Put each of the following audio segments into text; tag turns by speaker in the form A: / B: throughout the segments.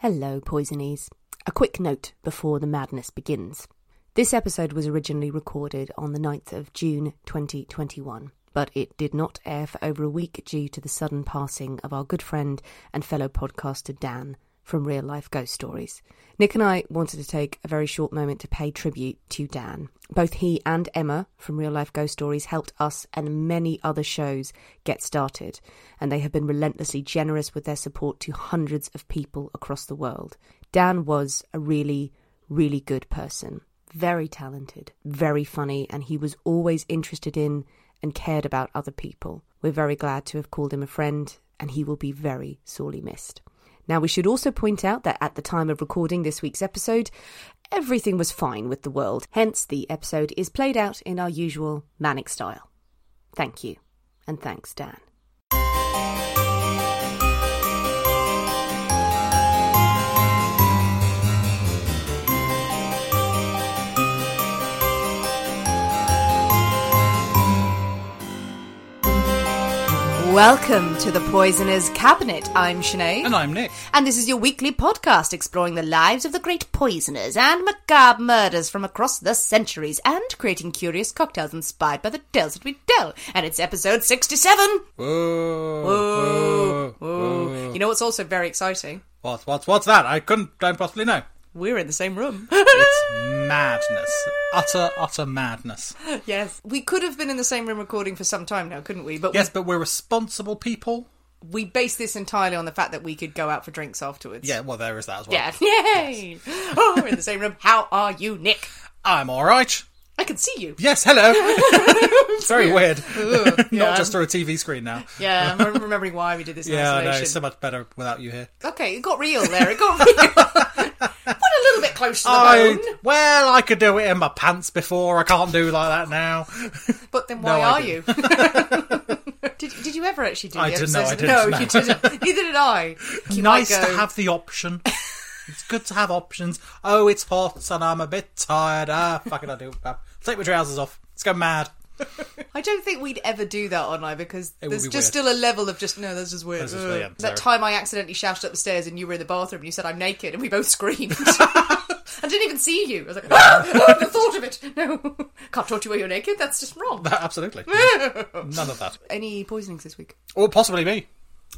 A: Hello, poisonies. A quick note before the madness begins. This episode was originally recorded on the 9th of June 2021, but it did not air for over a week due to the sudden passing of our good friend and fellow podcaster Dan from Real Life Ghost Stories. Nick and I wanted to take a very short moment to pay tribute to Dan. Both he and Emma from Real Life Ghost Stories helped us and many other shows get started, and they have been relentlessly generous with their support to hundreds of people across the world. Dan was a really, really good person, very talented, very funny, and he was always interested in and cared about other people. We're very glad to have called him a friend, and he will be very sorely missed. Now, we should also point out that at the time of recording this week's episode, everything was fine with the world. Hence, the episode is played out in our usual manic style. Thank you, and thanks, Dan.
B: Welcome to the Poisoner's Cabinet. I'm Sinead.
C: And I'm Nick.
B: And this is your weekly podcast exploring the lives of the great poisoners and macabre murders from across the centuries and creating curious cocktails inspired by the tales that we tell. And it's episode 67.
C: Oh,
B: Whoa, whoa. You know what's also very exciting?
C: What, what, what's that? I couldn't, don't possibly know.
B: We're in the same room.
C: It's madness. Utter, utter madness.
B: yes. We could have been in the same room recording for some time now, couldn't we? But we-
C: Yes, but we're responsible people.
B: we based this entirely on the fact that we could go out for drinks afterwards.
C: Yeah, well, there is that as well.
B: Yeah. Yay! Oh, we're in the same room. How are you, Nick?
C: I'm alright.
B: I can see you.
C: Yes, hello. it's very weird. Not
B: yeah.
C: just through a TV screen now.
B: Yeah, I'm rem- remembering why we did this in
C: Yeah, I know.
B: isolation.
C: It's so much better without you here.
B: Okay, it got real there. It got real. Put a little bit close to the
C: I,
B: bone.
C: well, I could do it in my pants before. I can't do like that now.
B: But then why
C: No, I
B: are you?
C: didn't.
B: did, did you ever actually do
C: I
B: the
C: didn't- no, I
B: episodes?
C: didn't, no.
B: you didn't. Neither did I. You might
C: nice to
B: go,
C: have the option. It's good to have options. Oh, it's hot and I'm a bit tired. Ah, fuck it, I do. Ah, Take my trousers off. Let's go mad.
B: I don't think we'd ever do that online because
C: would
B: there's
C: be
B: just
C: weird.
B: still a level of just no, that's just weird.
C: This is
B: Ugh.
C: weird, I'm
B: that
C: sorry.
B: time I accidentally shouted up the stairs and you were in the bathroom and you said I'm naked and we both screamed. I didn't even see you. I was like, ah, ah, the thought of it. No, can't talk to you when you're naked. That's just wrong.
C: Absolutely. None of that.
B: Any poisonings this week?
C: Or possibly me.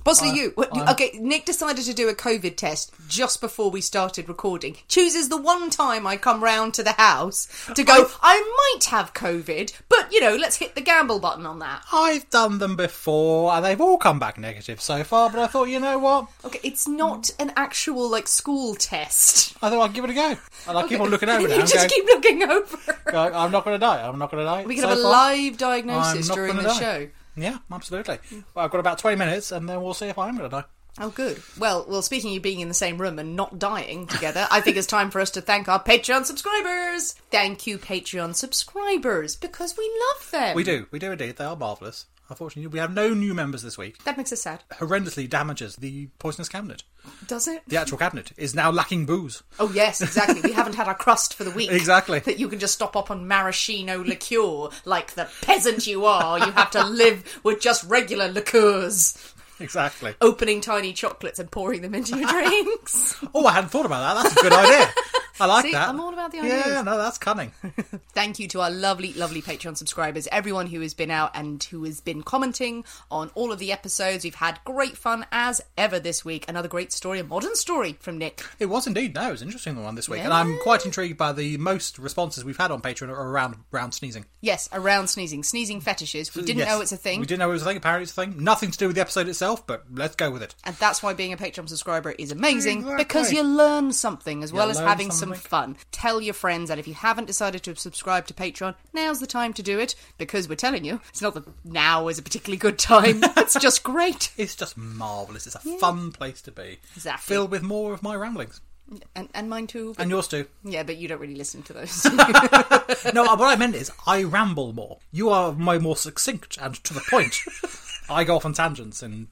B: Possibly you. What- you- Okay, Nick decided to do a COVID test just before we started recording. Chooses the one time I come round to the house to go, I might have COVID, but you know, let's hit the gamble button on that.
C: I've done them before and they've all come back negative so far, but I thought, you know what?
B: Okay, it's not an actual like school test.
C: I thought I'd give it a go. And I keep on looking over
B: you
C: now. and
B: just
C: Going,
B: keep looking over.
C: go, I'm not going to die. I'm not going to die.
B: We can
C: So
B: have a
C: far,
B: live
C: I'm
B: diagnosis
C: not
B: during the
C: gonna die.
B: show.
C: Yeah, absolutely. Well, I've got about 20 minutes and then we'll see if I'm going to die.
B: Oh, good. Well, well. Speaking of being in the same room and not dying together, I think it's time for us to thank our Patreon subscribers. Thank you, Patreon subscribers, because we love them.
C: We do. We do indeed. They are marvellous. Unfortunately, we have no new members this week.
B: That makes us sad,
C: horrendously damages the poisonous cabinet.
B: does it?
C: The actual cabinet is now lacking booze.
B: Oh yes, exactly. We haven't had our crust for the week.
C: Exactly.
B: That you can just stop up on maraschino liqueur like the peasant you are. You have to live with just regular liqueurs.
C: Exactly.
B: opening tiny chocolates and pouring them into your drinks.
C: Oh, I hadn't thought about that. That's a good idea. I like
B: See,
C: that.
B: I'm all about the
C: Yeah,
B: ideas.
C: no, that's cunning.
B: Thank you to our lovely, lovely Patreon subscribers, everyone who has been out and who has been commenting on all of the episodes. We've had great fun as ever this week. Another great story, a modern story from Nick.
C: It was indeed. No, it was an interesting one this week, and I'm quite intrigued by the most responses we've had on Patreon are around round sneezing.
B: Yes, around sneezing, sneezing fetishes. We didn't
C: Yes.
B: know it's a thing.
C: We didn't know it was a thing. Apparently, it's a thing. Nothing to do with the episode itself, but let's go with it.
B: And that's why being a Patreon subscriber is amazing
C: Exactly.
B: because you learn something as well as
C: learn
B: having some
C: something.
B: fun. Tell your friends, and if you haven't decided to subscribe to Patreon, now's the time to do it because we're telling you, it's not that now is a particularly good time. it's just great.
C: It's just marvelous. It's a fun place to be.
B: Exactly.
C: Filled with more of my ramblings
B: And, and mine too. but-
C: and yours too.
B: yeah, but you don't really listen to those.
C: no, uh, what I meant is I ramble more. You are my more succinct and to the point. I go off on tangents and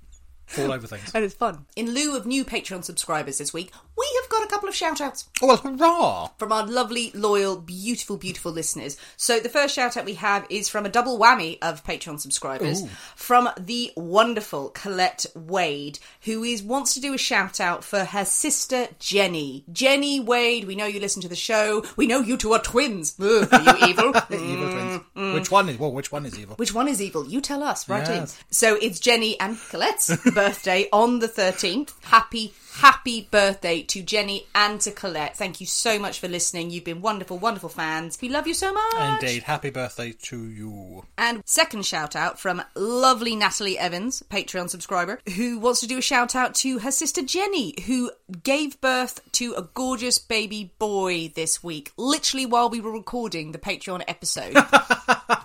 C: fall over things.
B: and it's fun. In lieu of new Patreon subscribers this week, we have got a couple of shout outs.
C: Oh well, hurrah!
B: from our lovely, loyal, beautiful, beautiful listeners. So the first shout out we have is from a double whammy of Patreon subscribers from the wonderful Colette Wade, who is wants to do a shout out for her sister Jenny. Jenny Wade, we know you listen to the show. We know you two are twins. Ugh, are you evil?
C: Evil twins. Which one is well? Which one is evil?
B: Which one is evil? You tell us, right
C: Yes.
B: in. So it's Jenny and Colette's birthday on the 13th. Happy, happy birthday to Jenny and to Colette. Thank you so much for listening. You've been wonderful, wonderful fans. We love you so much.
C: Indeed. Happy birthday to you.
B: And second shout out from lovely Natalie Evans, Patreon subscriber, who wants to do a shout out to her sister Jenny, who gave birth to a gorgeous baby boy this week, literally while we were recording the Patreon episode.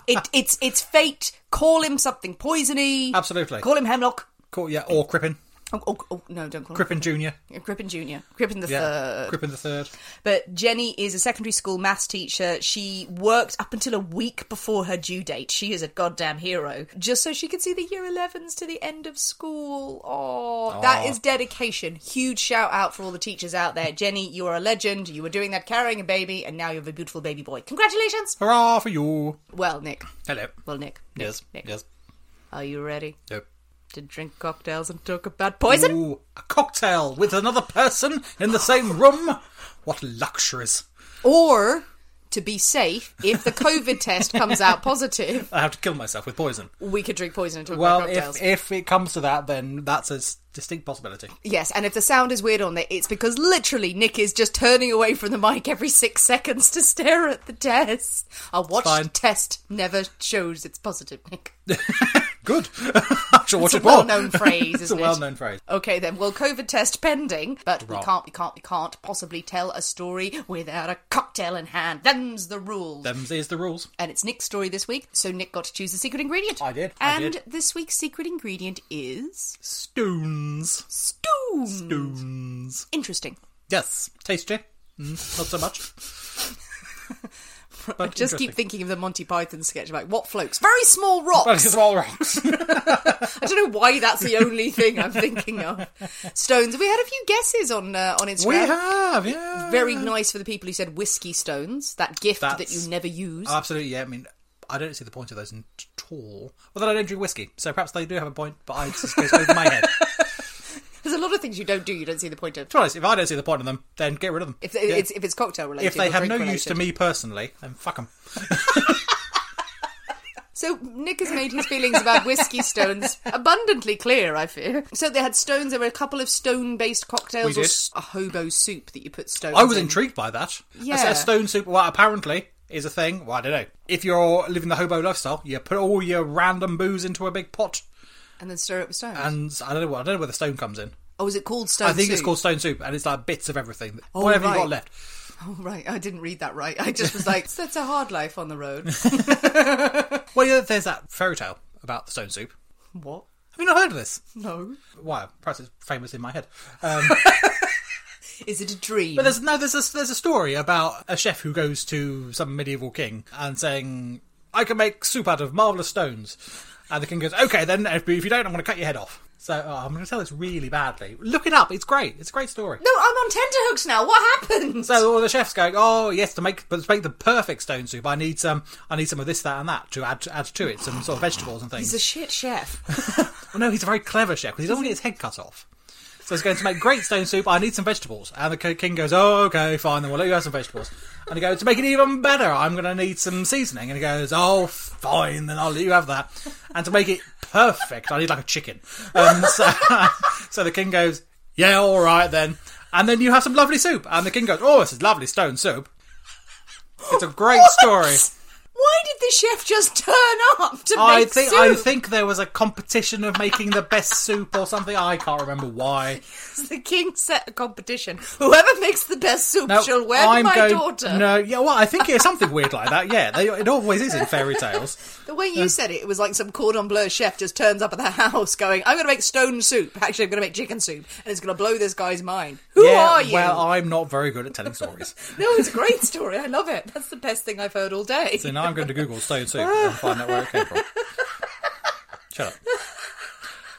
B: it, it's it's fate. Call him something poisony.
C: Absolutely.
B: Call him hemlock.
C: Cool. Yeah. Or Crippen.
B: Oh, oh, oh, no, don't call
C: Crippen Junior.
B: him. Crippen Junior. Crippen the
C: Yeah.
B: third.
C: Crippen the third.
B: But Jenny is a secondary school maths teacher. She worked up until a week before her due date. She is a goddamn hero. Just so she could see the year 11s to the end of school. Oh, that is dedication. Huge shout out for all the teachers out there. Jenny, you are a legend. You were doing that carrying a baby, and now you have a beautiful baby boy. Congratulations!
C: Hurrah for you.
B: Well, Nick.
C: Hello.
B: Well, Nick. Nick,
C: Yes.
B: Nick.
C: Yes.
B: Are you ready
C: Yep.
B: to drink cocktails and talk about poison?
C: Ooh, a cocktail with another person in the same room. What luxuries!
B: Or. To be safe, if the COVID test comes out positive,
C: I have to kill myself with poison.
B: we could drink poison and talk
C: Well,
B: about cocktails.
C: if if it comes to that, then that's a s- distinct possibility.
B: Yes, and if the sound is weird on it, it's because literally Nick is just turning away from the mic every six seconds to stare at the test. A
C: fine.
B: watched test never shows it's positive, Nick.
C: Good. I shall
B: It's
C: watch
B: a
C: it more.
B: well-known phrase,
C: it's
B: isn't
C: a
B: it?
C: well-known phrase.
B: Okay then, well, COVID test pending, but we
C: Right.
B: can't, we can't, we can't possibly tell a story without a cocktail in hand. Them's the rules.
C: Them is the rules.
B: And it's Nick's story this week, so Nick got to choose the secret ingredient.
C: I did, I
B: And
C: did.
B: this week's secret ingredient is
C: Stones.
B: stoon.
C: Stones.
B: Interesting.
C: Yes. Tasty. Mm, not so much.
B: I
C: But
B: just
C: interesting.
B: keep thinking of the Monty Python sketch about what floats. Very small rocks.
C: Well, it's all rocks.
B: I don't know why that's the only thing I'm thinking of. Stones. We had a few guesses on uh, on Instagram.
C: we have, yeah.
B: Very nice for the people who said whiskey stones, that gift that
C: That's- uh,
B: you never use.
C: Absolutely, yeah. I mean, I don't see the point of those at all. Well, then I don't drink whiskey, so perhaps they do have a point, but I just goes over my head. To
B: There's a lot of things you don't do. You don't see the point of.
C: be honest, if I don't see the point of them, then get rid of them.
B: If
C: Yeah.
B: it's if it's cocktail related,
C: if they
B: or
C: have no
B: drink
C: use to
B: related.
C: me personally, then fuck them.
B: So Nick has made his feelings about whiskey stones abundantly clear. I fear. So they had stones. There were a couple of stone-based cocktails,
C: We
B: or
C: did.
B: s- a hobo soup that you put stones.
C: I was
B: in.
C: intrigued by that.
B: Yeah.
C: I said A stone soup, well, apparently, is a thing. Well, I don't know. If you're living the hobo lifestyle, you put all your random booze into a big pot,
B: and then stir it with stones.
C: and I don't know. I don't know where the stone comes in.
B: oh, is it called stone?
C: I think it's
B: soup?
C: called stone soup, and it's like bits of everything, whatever you
B: Oh, right.
C: got left.
B: Right, I didn't read that right. I just was like, so it's a hard life on the road.
C: Well, yeah, there's that fairy tale about the stone soup.
B: what?
C: Have you not heard of this?
B: No.
C: Why? Perhaps it's famous in my head.
B: Is it a dream?
C: But there's no there's a, there's a story about a chef who goes to some medieval king and saying, "I can make soup out of marvelous stones," and the king goes, "Okay, then if if you don't, I'm going to cut your head off." So oh, I'm going to tell this really badly. Look it up; it's great. It's a great story.
B: no, I'm on tenterhooks now. What happened?
C: So all the chefs going, "Oh yes, to make but to make the perfect stone soup, I need some I need some of this, that, and that to add add to it, some sort of vegetables and things."
B: He's a shit chef.
C: Well, no, he's a very clever chef because he doesn't want to get his head cut off. So it's going to make great stone soup. I need some vegetables. And the king goes, oh, okay, fine, then we'll let you have some vegetables. And he goes, to make it even better, I'm going to need some seasoning. And he goes, oh, fine, then I'll let you have that. And to make it perfect, I need like a chicken. Um, so, so the king goes, yeah, all right then. And then you have some lovely soup. And the king goes, oh, this is lovely stone soup. It's a great story.
B: Why did the chef just turn up to
C: I
B: make
C: think
B: soup?
C: I think there was a competition of making the best soup or something. I can't remember why.
B: the king set a competition. Whoever makes the best soup shall wed my
C: going-
B: daughter.
C: No, yeah, well, I think it's something weird like that. Yeah, they, it always is in fairy tales.
B: The way you said it, it was like some cordon bleu chef just turns up at the house going, I'm going to make stone soup. Actually, I'm going to make chicken soup. And it's going to blow this guy's mind. Who
C: yeah,
B: are you?
C: Well, I'm not very good at telling stories,
B: no, it's a great story. I love it. That's the best thing I've heard all day.
C: so now I'm going to Google stone soup and find out where it came from. Shut up.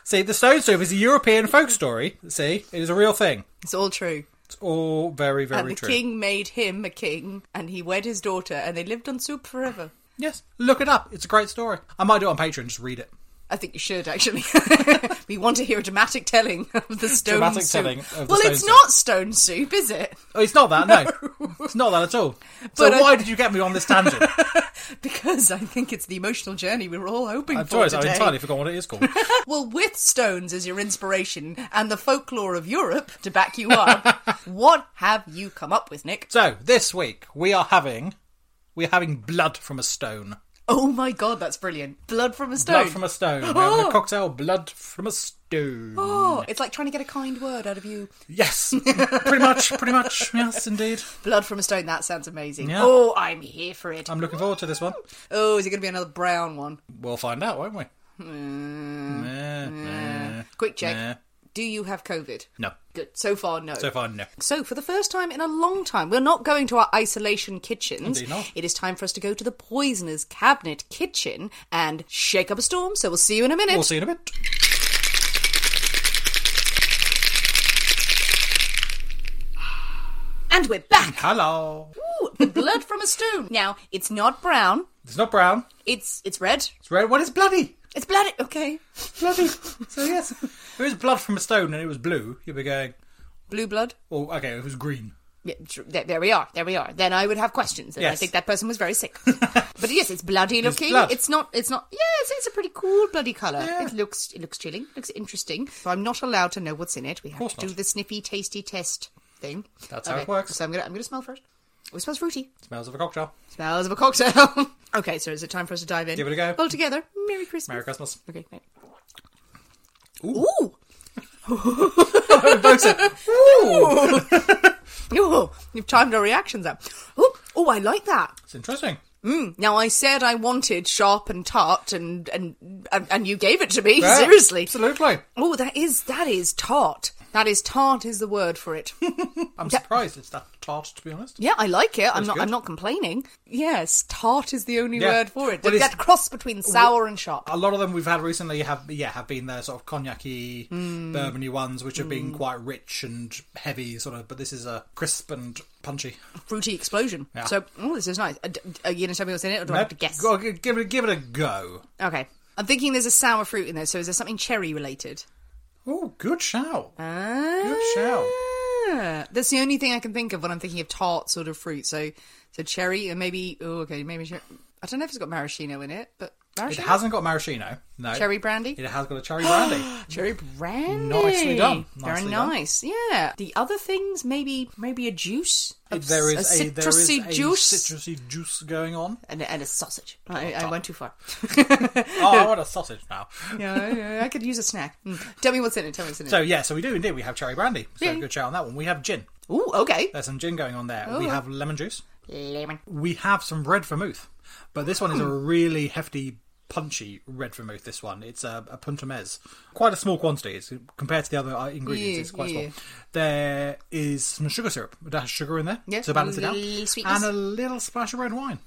C: See, the stone soup is a European folk story. See, it is a real thing.
B: It's all true.
C: It's all very, very
B: and the
C: true.
B: king made him a king, and he wed his daughter, and they lived on soup forever.
C: Yes, look it up. It's a great story. I might do it on Patreon. Just read it.
B: I think you should actually. we want to hear a dramatic telling of the stone
C: Dramatic
B: soup.
C: telling of the
B: well,
C: stone
B: it's
C: soup.
B: not stone soup, is it?
C: Oh, it's not that. No, it's not that at all. So
B: But I-
C: why did you get me on this tangent?
B: Because I think it's the emotional journey we were all hoping
C: I'm
B: for
C: sorry,
B: today.
C: Uh, I entirely forgot what it is called.
B: Well, with stones as your inspiration and the folklore of Europe to back you up, what have you come up with, Nick?
C: So this week we are having we're having blood from a stone.
B: Oh my god, that's brilliant! Blood from a stone.
C: Blood from a stone. We're having a cocktail. Blood from a stone.
B: Oh, it's like trying to get a kind word out of you.
C: Yes, pretty much, pretty much. Yes, indeed.
B: Blood from a stone. That sounds amazing.
C: Yeah. Um,
B: Oh, I'm here for it.
C: I'm looking forward to this one.
B: Oh, is it going to be another brown one?
C: We'll find out, won't we? Nah, nah.
B: Quick check.
C: Nah.
B: Do you have COVID?
C: No.
B: Good. So far, no.
C: So far, no.
B: So, for the first time in a long time, we're not going to our isolation kitchens.
C: Indeed not.
B: It is time for us to go to the poisoner's cabinet kitchen and shake up a storm. So, we'll see you in a minute.
C: We'll see you in a bit.
B: And we're back.
C: Hello.
B: Ooh, the blood from a stone. Now, it's not brown.
C: It's not brown.
B: It's it's red.
C: It's red. What is bloody?
B: It's bloody. Okay.
C: Bloody. so yes, if it was blood from a stone and it was blue, you'd be going.
B: Blue blood.
C: Oh, okay. It was green.
B: Yeah, tr- there, there we are. There we are. Then I would have questions. And I
C: Yes.
B: think that person was very sick. but yes, it's bloody looking. It's,
C: blood.
B: not. It's not. Yeah, it's, it's a pretty cool bloody color. It looks. It looks chilling. Looks interesting. So I'm not allowed to know what's in it. We have
C: course
B: to do
C: not.
B: the sniffy, tasty test thing.
C: That's how it works.
B: So I'm gonna. I'm gonna smell first. Oh, it smells fruity.
C: Smells of a cocktail.
B: Smells of a cocktail. okay, so is it time for us to dive in?
C: Give it a go.
B: All together. Merry Christmas.
C: Merry Christmas.
B: Okay. Right.
C: Ooh.
B: Ooh.
C: We both said, Ooh.
B: Oh, you've timed our reactions out. Oh, oh, I like that.
C: It's interesting.
B: Now I said I wanted sharp and tart, and and and, and you gave it to me.
C: Yeah,
B: Seriously.
C: Absolutely.
B: Oh, that is that is tart. That is tart is the word for it.
C: I'm surprised it's that tart, to be honest.
B: yeah, I like it. I'm not.
C: good.
B: I'm not complaining. Yes, tart is the only
C: Yeah.
B: word for it.
C: Well, it's- uh,
B: that cross between sour and sharp.
C: A lot of them we've had recently have yeah have been their sort of cognac-y,
B: Hmm.
C: bourbon-y ones, which have been quite rich and heavy, sort of. But this is a crisp and punchy.
B: Fruity explosion.
C: Yeah.
B: So, oh, this is nice. Uh, d- Are you going to tell me what's in it, or do I have to guess?
C: Go- give it give it a go.
B: Okay. I'm thinking there's a sour fruit in there. So, is there something cherry related?
C: Oh, good shout. good shout. Oh.
B: Ah, That's the only thing I can think of when I'm thinking of tart sort of fruit. So, so cherry and maybe oh okay maybe cher- I don't know if it's got maraschino in it, but
C: It
B: maraschino
C: hasn't got maraschino. No
B: cherry brandy.
C: It has got a cherry brandy.
B: Cherry brandy,
C: Nicely done.
B: Very
C: Nicely done.
B: nice. Yeah. The other things, maybe maybe a juice. A,
C: there is
B: a
C: a, there is
B: citrusy
C: a
B: juice
C: citrusy juice going on.
B: and, a- and a sausage. I, I went too far.
C: Oh, I want a sausage now.
B: yeah, yeah, I could use a snack. Mm. Tell me what's in it. Tell me what's in it.
C: So yeah, so we do indeed. We have cherry brandy. So
B: Yeah.
C: good shout on that one. We have gin.
B: Ooh, okay.
C: There's some gin going on there.
B: Oh.
C: We have lemon juice.
B: Lemon.
C: we have some red vermouth, but this one is a
B: Hmm.
C: really hefty, punchy red vermouth. This one, it's a, a punta mez, quite a small quantity. It's, compared to the other uh, ingredients,
B: Yeah,
C: it's quite
B: yeah.
C: small. There is some sugar syrup that has sugar in there
B: Yeah,
C: to balance it out,
B: little sweetness.
C: and a little splash of red wine.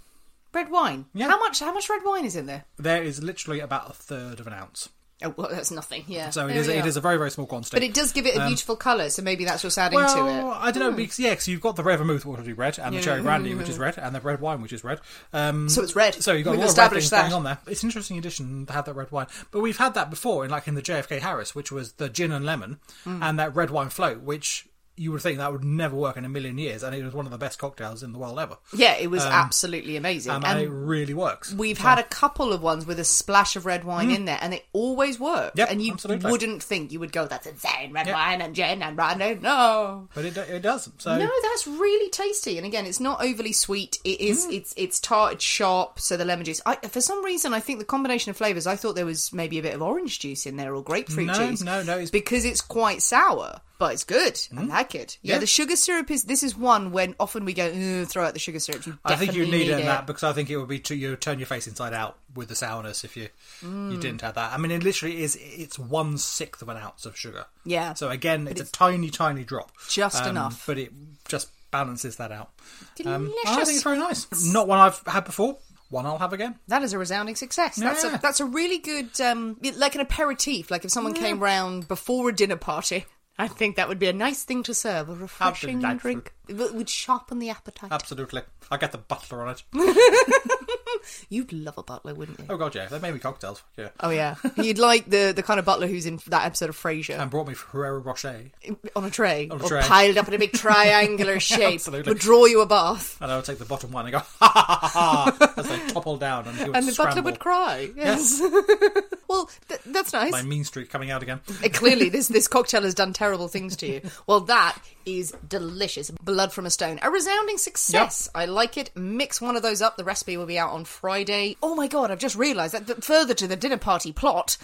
B: Red wine.
C: Yeah.
B: How much? How much red wine is in there?
C: There is literally about a third of an ounce.
B: Oh, well, that's nothing. Yeah.
C: So it
B: There
C: is,
B: we
C: it
B: are.
C: is a very, very small quantity.
B: But it does give it a beautiful colour, so maybe that's what's adding
C: Um,
B: to
C: well,
B: it. Hmm.
C: I don't know, because, yeah, because you've got the red vermouth, which is red, and the cherry brandy, which is red, and the red wine, which is red. Um,
B: So it's red.
C: So you've got
B: We've
C: a lot of red
B: established
C: things
B: that.
C: going on there. It's an interesting addition to have that red wine. But we've had that before in like in the JFK Harris, which was the gin and lemon
B: Hmm.
C: and that red wine float, which you would think that would never work in a million years, and it was one of the best cocktails in the world ever.
B: Yeah, it was absolutely amazing.
C: Um, and,
B: and
C: it really works.
B: we've had a couple of ones with a splash of red wine in there, and they always work.
C: Mm. Yep,
B: and you
C: absolutely.
B: wouldn't think you would go, that's insane, red
C: Yep.
B: wine and gin and brandy. No.
C: but it, it doesn't. So
B: No, that's really tasty. And again, it's not overly sweet. It is.
C: Mm.
B: It's it's tart. It's sharp. So the lemon juice. I, for some reason, I think the combination of flavors. I thought there was maybe a bit of orange juice in there or grapefruit
C: No,
B: juice.
C: no, no, it's- Mm.
B: because it's quite sour, but it's good. I like it. Yeah,
C: Yeah.
B: the sugar syrup is. This is one when often we go "Ugh, throw out the sugar syrup. You
C: I think you
B: definitely
C: need, it in
B: it.
C: that because I think it would be too, you turn your face inside out with the sourness if you you didn't have that. I mean, it literally is it's one sixth of an ounce of sugar.
B: Yeah.
C: So again, it's, a tiny, tiny drop, Um,
B: just enough.
C: but it just balances that out. um, I
B: Delicious.
C: think it's very nice. Not one I've had before. One I'll have again.
B: That is a resounding success. That's
C: Yeah.
B: a that's a really good um, like an aperitif. Like if someone came round before a dinner party, I think that would be a nice thing to serve. A refreshing
C: delightful.
B: drink it would would sharpen the appetite.
C: Absolutely. I'll get the butler on it.
B: You'd love a butler, wouldn't you?
C: Oh god, yeah. They made me cocktails. Yeah.
B: Oh yeah, you'd like the the kind of butler who's in that episode of Frasier
C: And brought me Ferrero Rocher,
B: on a tray,
C: Um, On a
B: or
C: tray.
B: piled up in a big triangular shape,
C: Absolutely.
B: would draw you a bath,
C: and I would take the bottom one and go ha ha ha ha as they topple down, and, he would
B: and the
C: scramble.
B: butler would cry. Yes. well, th- that's nice.
C: My mean streak coming out again.
B: Uh, Clearly, this this cocktail has done terrible things to you. Well, that is delicious. Blood from a stone, a resounding success. I like it. Mix one of those up. The recipe will be out on Friday. Oh my god! I've just realised that the, further to the dinner party plot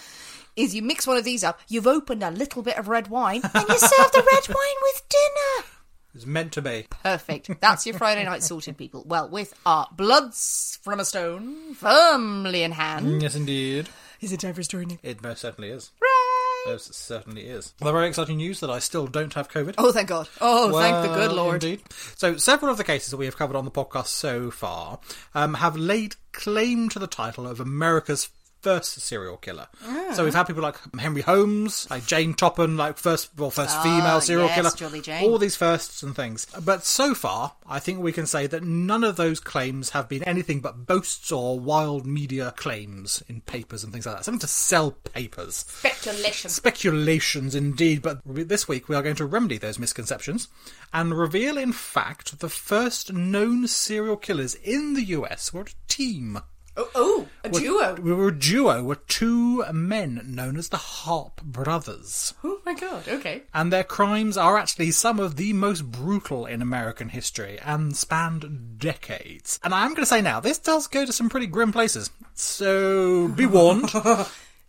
B: is you mix one of these up. You've opened a little bit of red wine, and you serve the red wine with dinner.
C: It's meant to be.
B: Perfect. That's your Friday night sorted, people. Well, with our bloods from a stone firmly in hand.
C: Yes, indeed.
B: Is it time for story? Nick?
C: It most certainly is.
B: Hooray!
C: Most certainly is. Well, very exciting news that I still don't have COVID.
B: Oh, thank God. Oh, thank the good
C: Well,
B: Lord.
C: Indeed. So, several of the cases that we have covered on the podcast so far um, have laid claim to the title of America's first serial killer.
B: Ah.
C: So we've had people like Henry Holmes, like Jane Toppen, like first, well, first female serial
B: Ah, yes,
C: killer,
B: Jolly Jane.
C: all these firsts and things. But so far, I think we can say that none of those claims have been anything but boasts or wild media claims in papers and things like that. Something to sell papers.
B: Speculation.
C: Speculations indeed, but this week we are going to remedy those misconceptions and reveal, in fact, the first known serial killers in the US were a team.
B: Oh, oh a duo.
C: We were a duo, were two men known as the Harp Brothers.
B: Oh my god. Okay.
C: And their crimes are actually some of the most brutal in American history and spanned decades. And I am going to say now, this does go to some pretty grim places. So be warned.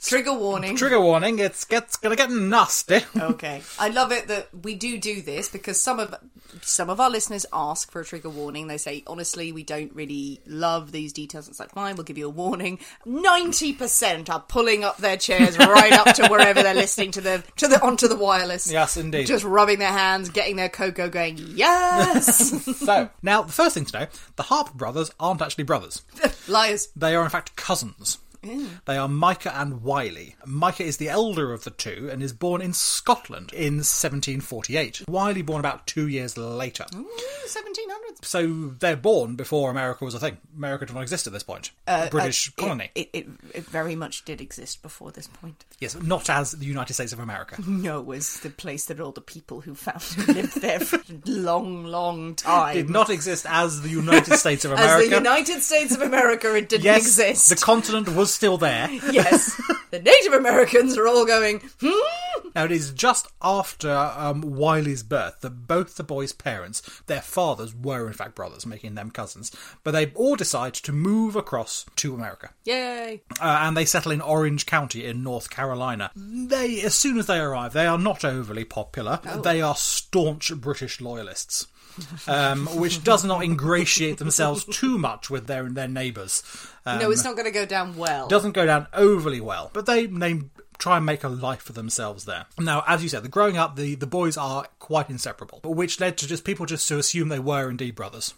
B: Trigger warning.
C: Trigger warning, it's gets going to get nasty.
B: okay. I love it that we do do this because some of some of our listeners ask for a trigger warning. They say, honestly, we don't really love these details. It's like, fine, we'll give you a warning. Ninety percent are pulling up their chairs right up to wherever they're listening to the to the onto the wireless.
C: Yes, indeed.
B: Just rubbing their hands, getting their cocoa, going yes.
C: So, now the first thing to know the Harp brothers aren't actually brothers.
B: Liars.
C: They are, in fact, cousins. They are Micah and Wiley. Micah is the elder of the two and is born in Scotland in 1748. Wiley born about two years later.
B: Seventeen hundreds.
C: So they're born before America was a thing. America did not exist at this point. British colony.
B: Uh, It, it it very much did exist before this point.
C: yes, not as the United States of America.
B: No was the place that all the people who found it lived there for a long, long time.
C: did not exist as the United States of America.
B: As the United States of America, it didn't
C: yes,
B: exist.
C: the continent was still there.
B: yes, the Native Americans are all going. Hmm?
C: Now, it is just after um, Wiley's birth that both the boys' parents, their fathers, were in fact brothers, making them cousins. But they all decide to move across to America.
B: Yay!
C: Uh, and they settle in Orange County in North Carolina. They, as soon as they arrive, they are not overly popular. They are staunch British loyalists, um, which does not ingratiate themselves too much with their their neighbours. Um,
B: no, it's not going to go down well.
C: doesn't go down overly well, but they they try and make a life for themselves there. Now, as you said, the growing up, the the boys are quite inseparable, which led to just people just to assume they were indeed brothers.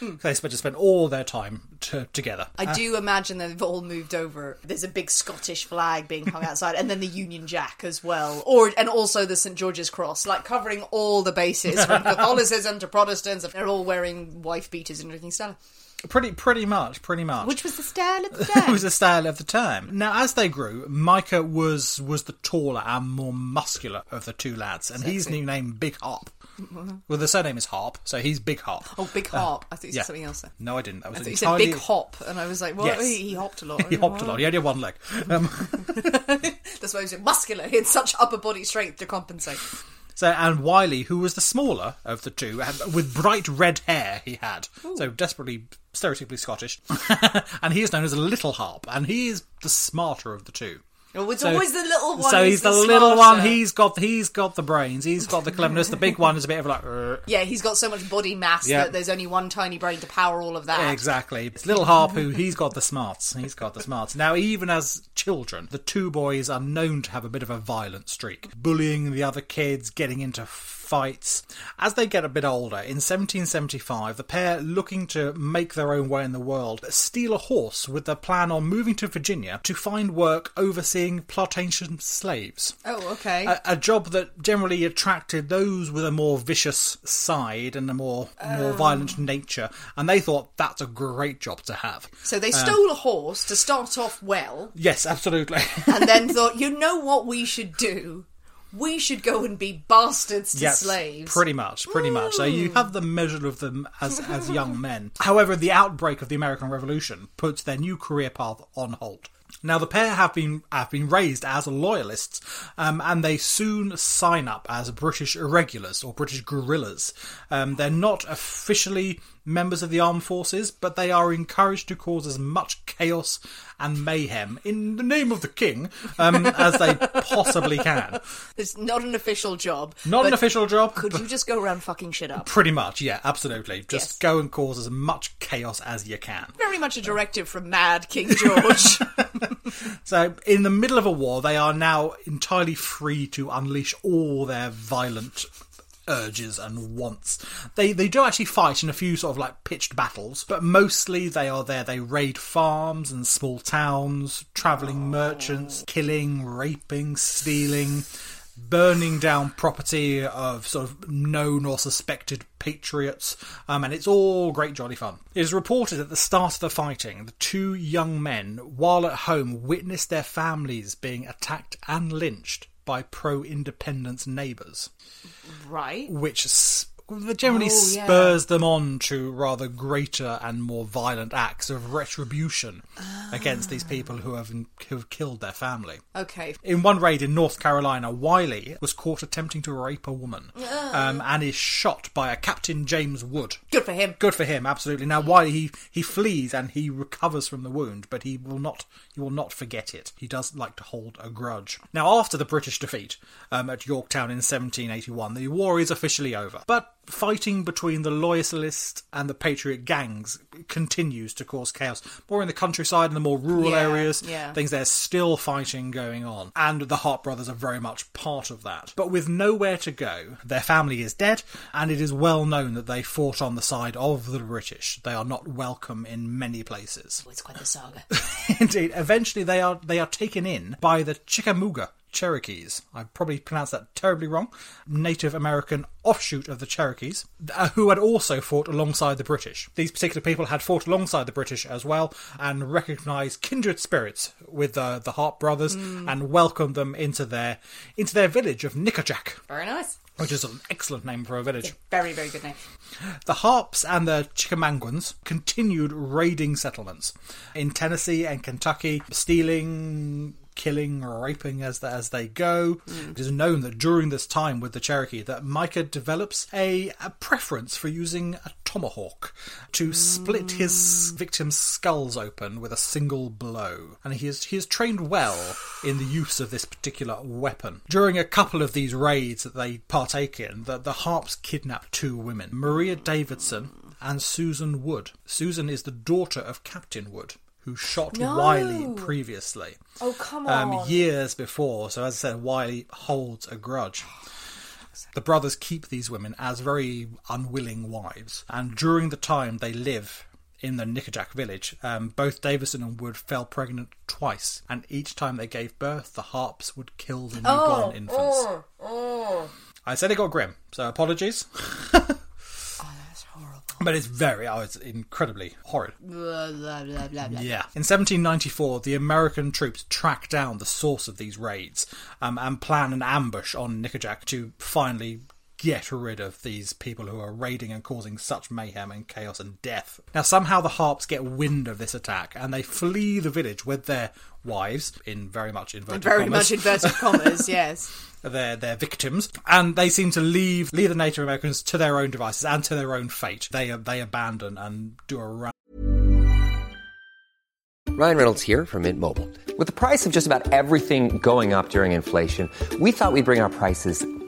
B: Hmm.
C: They spent, just spent all their time to, together.
B: I do imagine that they've all moved over. There's a big Scottish flag being hung outside, and then the Union Jack as well, or and also the St George's Cross, like covering all the bases from Catholicism to Protestants. They're all wearing wife beaters and drinking Stella,
C: Pretty, pretty much, pretty much.
B: which was the style of the
C: It
B: day.
C: was the style of the time. Now, as they grew, Micah was was the taller and more muscular of the two lads, and he's nicknamed Big Harp.
B: Mm-hmm.
C: Well, the surname is Harp, so he's Big Harp.
B: oh, big hop! I think you said
C: Ah, yeah.
B: something else. There.
C: No, I didn't. That was
B: I thought you said
C: entirely...
B: big hop, and I was like, well,
C: Yes.
B: he, he hopped a lot.
C: He hopped a lot. He only had one leg. Um,
B: That's why he was muscular. He had such upper body strength to compensate.
C: so, and Wiley, who was the smaller of the two, had, with bright red hair, he had so desperately stereotypically Scottish, and he is known as Little Harp, and he is the smarter of the two.
B: Oh, it's
C: So-
B: always the little one.
C: So
B: who's
C: he's the, little one.
B: smarter.
C: He's got he's got the brains. He's got the cleverness. the big one is a bit of like "Er."
B: yeah, he's got so much body mass
C: Yeah.
B: that there's only one tiny brain to power all of that.
C: exactly. It's little Harp who he's got the smarts. He's got the smarts. Now even as children, the two boys are known to have a bit of a violent streak, bullying the other kids, getting into fights. As they get a bit older, in 1775, the pair looking to make their own way in the world steal a horse with the plan on moving to Virginia to find work overseeing plantation slaves.
B: Oh, okay.
C: a, a job that generally attracted those with a more vicious side and a more more violent nature, and they thought that's a great job to have.
B: So they
C: uh,
B: stole a horse to start off well,
C: Yes, absolutely.
B: and then thought, you know what we should do? We should go and be bastards to
C: yes,
B: slaves.
C: pretty much, pretty much. So you have the measure of them as as young men. However, the outbreak of the American Revolution puts their new career path on hold. Now the pair have been have been raised as loyalists, um, and they soon sign up as British irregulars or British guerrillas. Um, they're not officially members of the armed forces, but they are encouraged to cause as much chaos and mayhem in the name of the king um, as they possibly can.
B: It's not an official job.
C: Not an
B: but
C: official job.
B: Could
C: but-
B: you just go around fucking shit up?
C: Pretty much, yeah, absolutely. Just
B: Yes.
C: go and cause as much chaos as you can.
B: Very much a directive from Mad King George.
C: So, in the middle of a war, they are now entirely free to unleash all their violent urges and wants. They they do actually fight in a few sort of like pitched battles, but mostly they are there. They raid farms and small towns, travelling merchants, killing, raping, stealing. burning down property of sort of known or suspected patriots, um, and it's all great jolly fun. It is reported at the start of the fighting, the two young men, while at home, witnessed their families being attacked and lynched by pro-independence neighbours
B: right.
C: which s- that generally
B: Oh, yeah.
C: spurs them on to rather greater and more violent acts of retribution
B: Ah.
C: against these people who have, who have killed their family.
B: Okay.
C: In one raid in North Carolina, Wiley was caught attempting to rape a woman um, and is shot by a Captain James Wood.
B: Good for him.
C: Good for him, absolutely. Now, Wiley he, he flees and he recovers from the wound, but he will not he will not forget it. He does like to hold a grudge. Now, after the British defeat um, at Yorktown in 1781, the war is officially over, but fighting between the loyalist and the patriot gangs continues to cause chaos more in the countryside and the more rural
B: Yeah,
C: areas.
B: yeah.
C: Things there's still fighting going on, and the Hart brothers are very much part of that. But with nowhere to go, their family is dead, and it is well known that they fought on the side of the British. They are not welcome in many places.
B: It's quite the saga.
C: Indeed, eventually they are they are taken in by the Chickamauga Cherokees. I probably pronounced that terribly wrong. Native American offshoot of the Cherokees, uh, who had also fought alongside the British. These particular people had fought alongside the British as well and recognised kindred spirits with uh, the Hart brothers
B: Mm.
C: and welcomed them into their into their village of Nickerjack,
B: Very nice.
C: which is an excellent name for a village.
B: Very, very good name.
C: The Harps and the Chickamauguans continued raiding settlements in Tennessee and Kentucky, stealing, killing, raping as the, as they go. It is known that during this time with the Cherokee, that Micah develops a, a preference for using a tomahawk to split his victims' skulls open with a single blow, and he is he is trained well in the use of this particular weapon. During a couple of these raids that they partake in, the, the Harps kidnap two women, Maria Davidson and Susan Wood. Susan is the daughter of Captain Wood, who shot Wiley previously
B: Oh, come on.
C: um, years before. So, as I said, Wiley holds a grudge. The brothers keep these women as very unwilling wives, and during the time they live in the Nickerjack village, um, both Davison and Wood fell pregnant twice, and each time they gave birth, the harps would kill the
B: Oh,
C: newborn infants. I said it got grim, so apologies. oh, that's horrible. But it's very, oh, it's incredibly horrid.
B: Blah, blah, blah, blah, blah.
C: Yeah. In 1794, the American troops track down the source of these raids um, and plan an ambush on Nickerjack to finally get rid of these people who are raiding and causing such mayhem and chaos and death. Now, somehow the Harps get wind of this attack and they flee the village with their wives, in very much inverted
B: Very
C: commas
B: much inverted commas, yes.
C: their their victims, and they seem to leave leave the Native Americans to their own devices and to their own fate. They they abandon and do a run.
D: Ryan Reynolds here from Mint Mobile. With the price of just about everything going up during inflation, we thought we'd bring our prices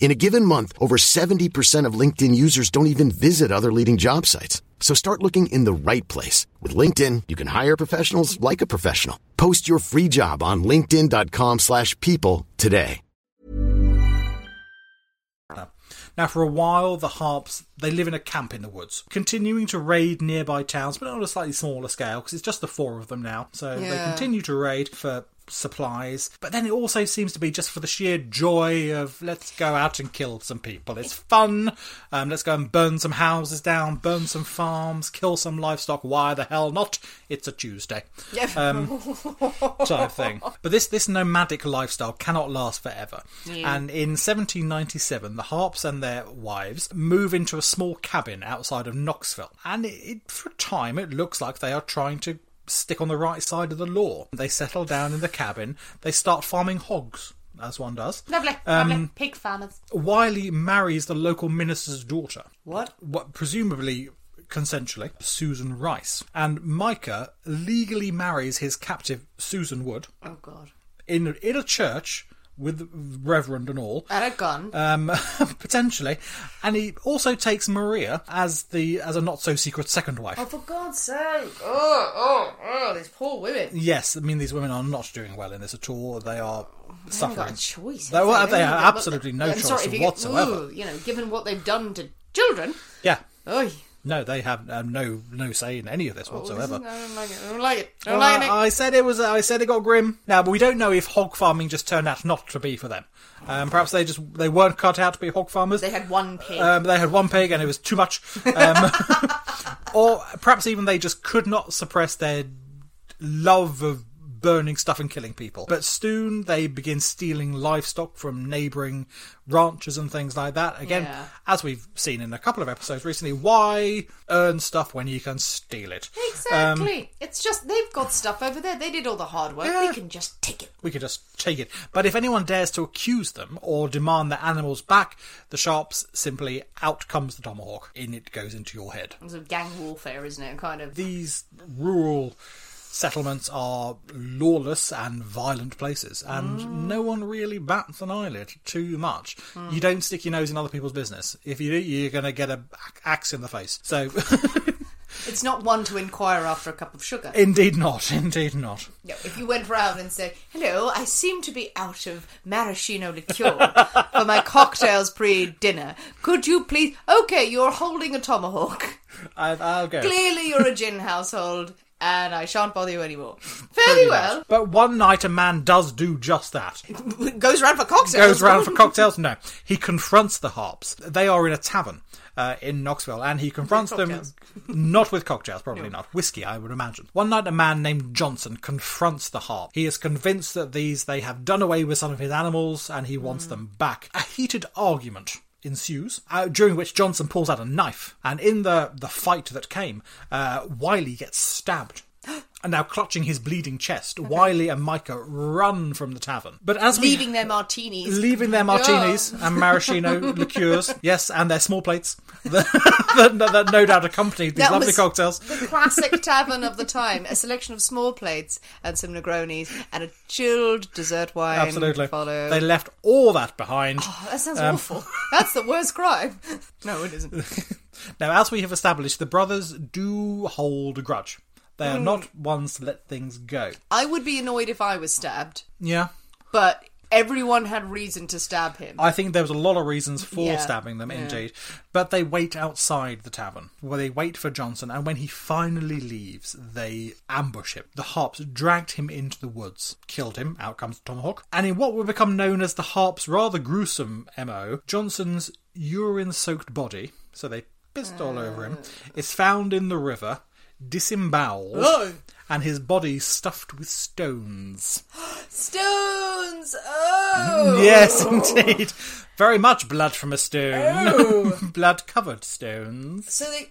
E: In a given month, over 70% of LinkedIn users don't even visit other leading job sites. So start looking in the right place. With LinkedIn, you can hire professionals like a professional. Post your free job on linkedin.com/people slash people today.
C: Now, for a while, the Harps they live in a camp in the woods, continuing to raid nearby towns, but on a slightly smaller scale because it's just the four of them now. So they
B: Yeah.
C: continue to raid for supplies, but then it also seems to be just for the sheer joy of let's go out and kill some people. It's fun. Um, let's go and burn some houses down, burn some farms, kill some livestock. Why the hell not? It's a Tuesday
B: Yeah.
C: type thing. But this this nomadic lifestyle cannot last forever. And in 1797, the Harps and their wives move into a small cabin outside of Knoxville, and it, it, for a time it looks like they are trying to stick on the right side of the law. They settle down in the cabin. They start farming hogs. As one does. Um,
B: lovely, lovely. Pig farmers.
C: Wiley marries the local minister's daughter
B: What?
C: what presumably consensually Susan Rice, and Micah legally marries his captive Susan Wood
B: Oh, God.
C: in in a church with reverend and all.
B: And a gun.
C: Um, potentially, and he also takes Maria as the as a not so secret second wife.
B: oh, for God's sake. Oh, oh, oh, these poor women.
C: Yes, I mean these women are not doing well in this at all. They are
B: They've got
C: suffering.
B: a choice.
C: They, well,
B: have
C: they
B: They've
C: have
B: got-
C: absolutely no
B: I'm
C: choice
B: sorry, if you-
C: whatsoever.
B: ooh, you know, given what they've done to children.
C: Yeah,
B: Oy.
C: no, they have um, no no say in any of
B: Oh,
C: this whatsoever.
B: I don't like it. I don't like it. I
C: Well,
B: don't like it.
C: Uh, I, I said it was. I said it got grim. Now, but we don't know if hog farming just turned out not to be for them. Um, perhaps they just they weren't cut out to be hog farmers.
B: They had one pig.
C: um, they had one pig and it was too much. Um, or perhaps even they just could not suppress their love of burning stuff and killing people. But soon they begin stealing livestock from neighbouring ranches and things like that. Again,
B: Yeah.
C: as we've seen in a couple of episodes recently, why earn stuff when you can steal it? Um,
B: Exactly. it's just they've got stuff over there. They did all the hard work.
C: Yeah.
B: We can just take it.
C: we could just take it. But if anyone dares to accuse them or demand their animals back, the sharps simply out comes the tomahawk. In it goes into your head.
B: It's a gang warfare, isn't it? Kind of.
C: These rural settlements are lawless and violent places, and no one really bats an eyelid too much. You don't stick your nose in other people's business. If you do, you're going to get a axe in the face. So,
B: it's not one to inquire after a cup of sugar.
C: indeed not. Indeed not.
B: No, if you went round and said, "Hello, I seem to be out of maraschino liqueur for my cocktails pre-dinner. Could you please?" Okay, you're holding a tomahawk.
C: I, I'll go.
B: Clearly, you're a gin household, and I shan't bother you anymore. Fairly well.
C: But one night a man does do just that.
B: Goes round for cocktails.
C: goes round for cocktails. No, he confronts the harps. They are in a tavern uh, in Knoxville, and he confronts them
B: cocktails.
C: not with cocktails, probably not whiskey, I would imagine. One night, a man named Johnson confronts the harp. He is convinced that these they have done away with some of his animals, and he
B: Mm.
C: wants them back. A heated argument. Ensues, uh, during which Johnson pulls out a knife, and in the the fight that came, uh, Wiley gets stabbed. And now, clutching his bleeding chest, Wiley and Micah run from the tavern. But as we-
B: leaving their martinis.
C: leaving their martinis and maraschino liqueurs, yes, and their small plates that, that, that no doubt accompanied these
B: That
C: lovely
B: was
C: cocktails.
B: The classic tavern of the time: a selection of small plates and some Negronis and a chilled dessert wine.
C: Absolutely,
B: followed.
C: they um, left all that behind.
B: That sounds awful. That's the worst crime. No, it isn't.
C: Now, as we have established, the brothers do hold a grudge. They
B: Mm.
C: are not ones to let things go.
B: I would be annoyed if I was stabbed,
C: Yeah,
B: but everyone had reason to stab him.
C: I think there was a lot of reasons for
B: Yeah.
C: stabbing them, indeed. But they wait outside the tavern, where they wait for Johnson, and when he finally leaves, they ambush him. The Harps dragged him into the woods, killed him, out comes the tomahawk, and in what will become known as the Harps' rather gruesome MO, Johnson's urine soaked body, so they pissed all over him,
B: Ah.
C: is found in the river, disemboweled,
B: Oh.
C: and his body stuffed with stones.
B: Stones! Oh!
C: Yes, indeed. Very much blood from a stone.
B: Oh.
C: blood covered stones.
B: So they.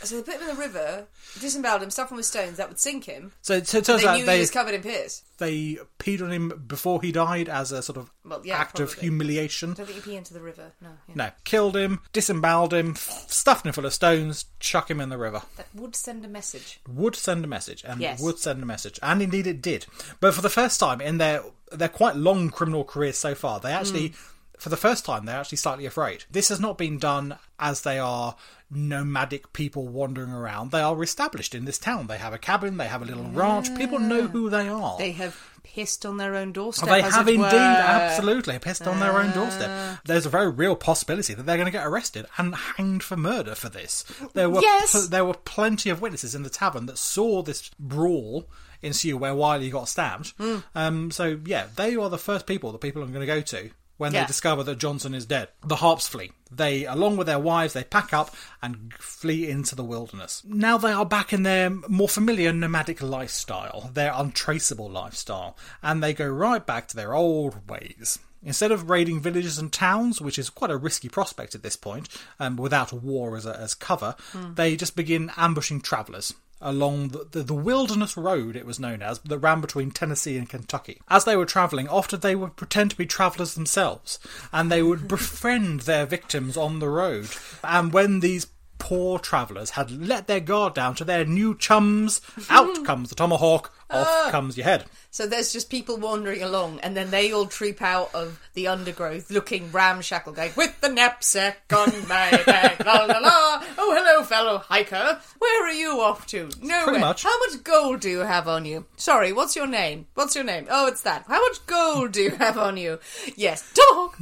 B: So they put him in the river, disemboweled him, stuffed him with stones, that would sink him.
C: So, so it
B: But
C: turns
B: they
C: out
B: knew
C: they,
B: he was covered in piss.
C: they peed on him before he died as a sort of
B: Well, yeah,
C: act of
B: probably.
C: humiliation.
B: I don't think you pee into the river. No, yeah.
C: No, killed him, disemboweled him, f- stuffed him full of stones, chuck him in the river.
B: That would send a message.
C: would send a message and
B: Yes.
C: would send a message and indeed it did but for the first time in their their quite long criminal careers so far they actually
B: Mm.
C: for the first time they're actually slightly afraid this has not been done as they are nomadic people wandering around they are established in this town they have a cabin they have a little ranch people know who they are
B: They have pissed on their own doorstep.
C: they
B: as
C: have
B: it
C: indeed
B: were. Uh.
C: absolutely pissed on their own doorstep. There's a very real possibility that they're going to get arrested and hanged for murder for this. There were
B: Yes.
C: pl- there were plenty of witnesses in the tavern that saw this brawl ensue where Wiley got stabbed. Um, so yeah, they are the first people that people are going to go to when they
B: Yeah.
C: discover that Johnson is dead. The Harps flee. They, along with their wives, they pack up and flee into the wilderness. Now they are back in their more familiar nomadic lifestyle, their untraceable lifestyle, and they go right back to their old ways. Instead of raiding villages and towns, which is quite a risky prospect at this point, um, without war as, a, as cover, they just begin ambushing travellers along the, the, the Wilderness Road, it was known as, that ran between Tennessee and Kentucky. As they were travelling, often they would pretend to be travellers themselves, and they would befriend their victims on the road. And when these poor travellers had let their guard down to their new chums, out comes the tomahawk, off comes your head.
B: So there's just people wandering along, and then they all troop out of the undergrowth, looking ramshackle, going with the knapsack on my back, la la la. Oh, hello, fellow hiker. Where are you off to? Nowhere.
C: much.
B: How much gold do you have on you? Sorry, what's your name? What's your name? Oh, it's that. How much gold do you have on you? Yes, talk.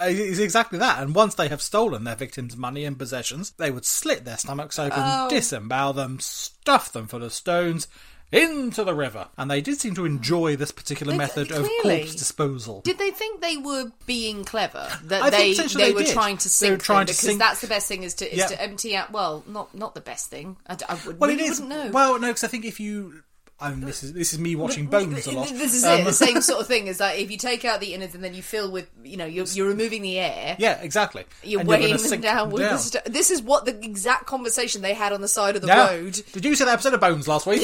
C: Uh, It's exactly that. And once they have stolen their victims' money and possessions, they would slit their stomachs open,
B: Oh.
C: disembowel them, stuff them full of stones into the river. And they did seem to enjoy this particular
B: They-
C: method of
B: clearly.
C: corpse disposal.
B: Did they think they were being clever? That
C: I think
B: they
C: essentially
B: they,
C: they
B: were
C: did.
B: trying to
C: They
B: sink
C: were trying
B: them
C: to
B: because
C: sink-
B: that's the best thing is to is
C: Yeah.
B: to empty out. Well, not not the best thing. I, d- I would,
C: well,
B: really
C: it is.
B: wouldn't know.
C: Well, no, because I think if you. I'm this is this is me watching Bones a lot.
B: This is it.
C: Um,
B: The same sort of thing is like if you take out the innards and then you fill with, you know, you're, you're removing the air.
C: Yeah, exactly.
B: You're
C: And you're gonna
B: weighing them
C: sink
B: down with
C: down.
B: the st- This is what the exact conversation they had on the side of the
C: Yeah.
B: road.
C: Did you see that episode of Bones last week?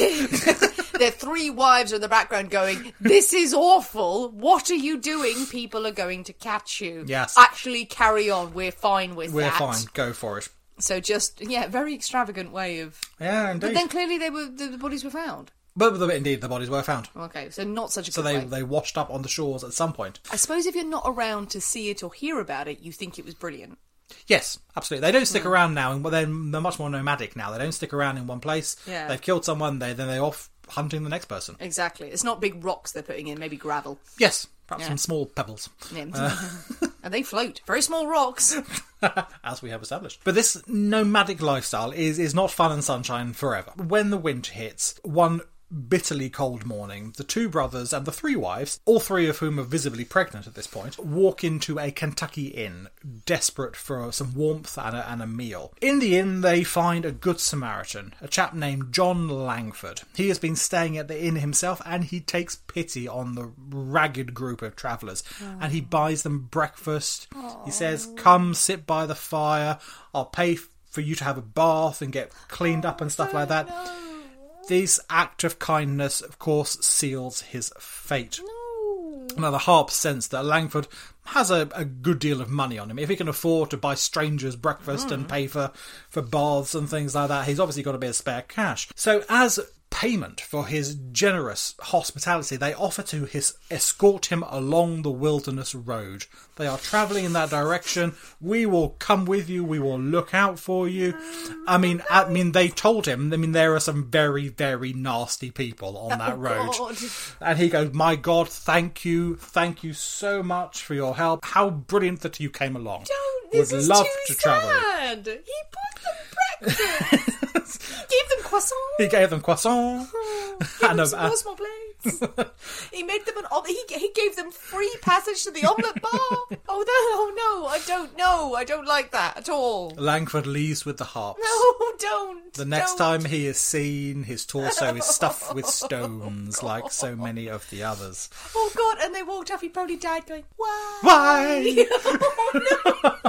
B: Their three wives are in the background going, This is awful. What are you doing? People are going to catch you.
C: Yes.
B: Actually, carry on. We're fine with
C: We're
B: that.
C: fine. Go for it.
B: So just, yeah, very extravagant way of.
C: Yeah,
B: But
C: indeed.
B: then clearly they were the, the bodies were found.
C: But, but indeed, the bodies were found.
B: Okay, so not such a good
C: So they
B: way.
C: they washed up on the shores at some point.
B: I suppose if you're not around to see it or hear about it, you think it was brilliant.
C: Yes, absolutely. They don't
B: Hmm.
C: stick around now, and well, they're, they're much more nomadic now. They don't stick around in one place.
B: Yeah.
C: They've killed someone. They then they're off hunting the next person.
B: Exactly. It's not big rocks they're putting in, maybe gravel.
C: Yes, perhaps
B: Yeah.
C: some small pebbles.
B: Yeah.
C: Uh.
B: and they float. Very small rocks.
C: as we have established. But this nomadic lifestyle is is not fun and sunshine forever. When the winter hits, one bitterly cold morning, the two brothers and the three wives, all three of whom are visibly pregnant at this point, walk into a Kentucky inn, desperate for some warmth and a, and a meal. In the inn, they find a good Samaritan, a chap named John Langford. He has been staying at the inn himself and he takes pity on the ragged group of travellers and he buys them breakfast. He says, Come sit by the fire, I'll pay f- for you to have a bath and get cleaned up and stuff like that. This act of kindness, of course, seals his fate. Now, the harp sense that Langford has a, a good deal of money on him. If he can afford to buy strangers breakfast and pay for, for baths and things like that, he's obviously got a bit of spare cash. So, as payment for his generous hospitality, they offer to his, escort him along the wilderness road. They are travelling in that direction. We will come with you. We will look out for you. I mean, I mean, they told him. I mean, there are some very, very nasty people on that road. And he goes, My God, thank you. Thank you so much for your help. How brilliant that you came along.
B: This
C: Would
B: is
C: love
B: too
C: to travel.
B: sad. He bought them breakfast. he gave them croissants.
C: He gave them croissant.
B: Give
C: and
B: them
C: a-
B: some Osmo plates. he made them an om- he, he gave them free passage to the omelette bar. Oh no, oh no, I don't know. I don't like that at all.
C: Langford leaves with the harps.
B: No, don't.
C: The next
B: don't.
C: time he is seen, his torso is stuffed with stones, like so many of the others.
B: Oh god, and they walked off, he probably died going, Why?
C: Why?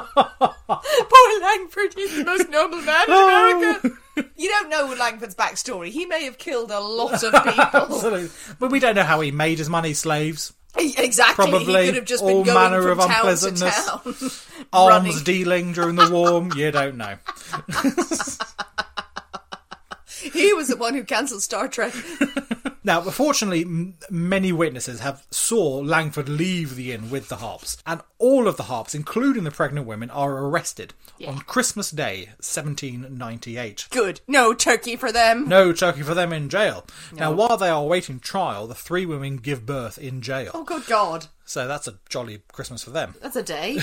B: Poor Langford, he's the most noble man
C: Oh.
B: in America. You don't know Langford's backstory. He may have killed a lot of people.
C: Absolutely. But we don't know how he made his money, slaves,
B: exactly.
C: Probably
B: he could have just
C: all
B: been going
C: manner
B: from
C: of
B: town to
C: unpleasantness.
B: town.
C: arms
B: Running.
C: dealing during the war. you don't know.
B: He was the one who cancelled Star Trek.
C: Now, fortunately, m- many witnesses have saw Langford leave the inn with the harps, and all of the harps, including the pregnant women, are arrested on Christmas Day, 1798.
B: Good. No turkey for them.
C: No turkey for them in jail. Now, while they are waiting trial, the three women give birth in jail.
B: Oh, good God.
C: So that's a jolly Christmas for them.
B: That's a day.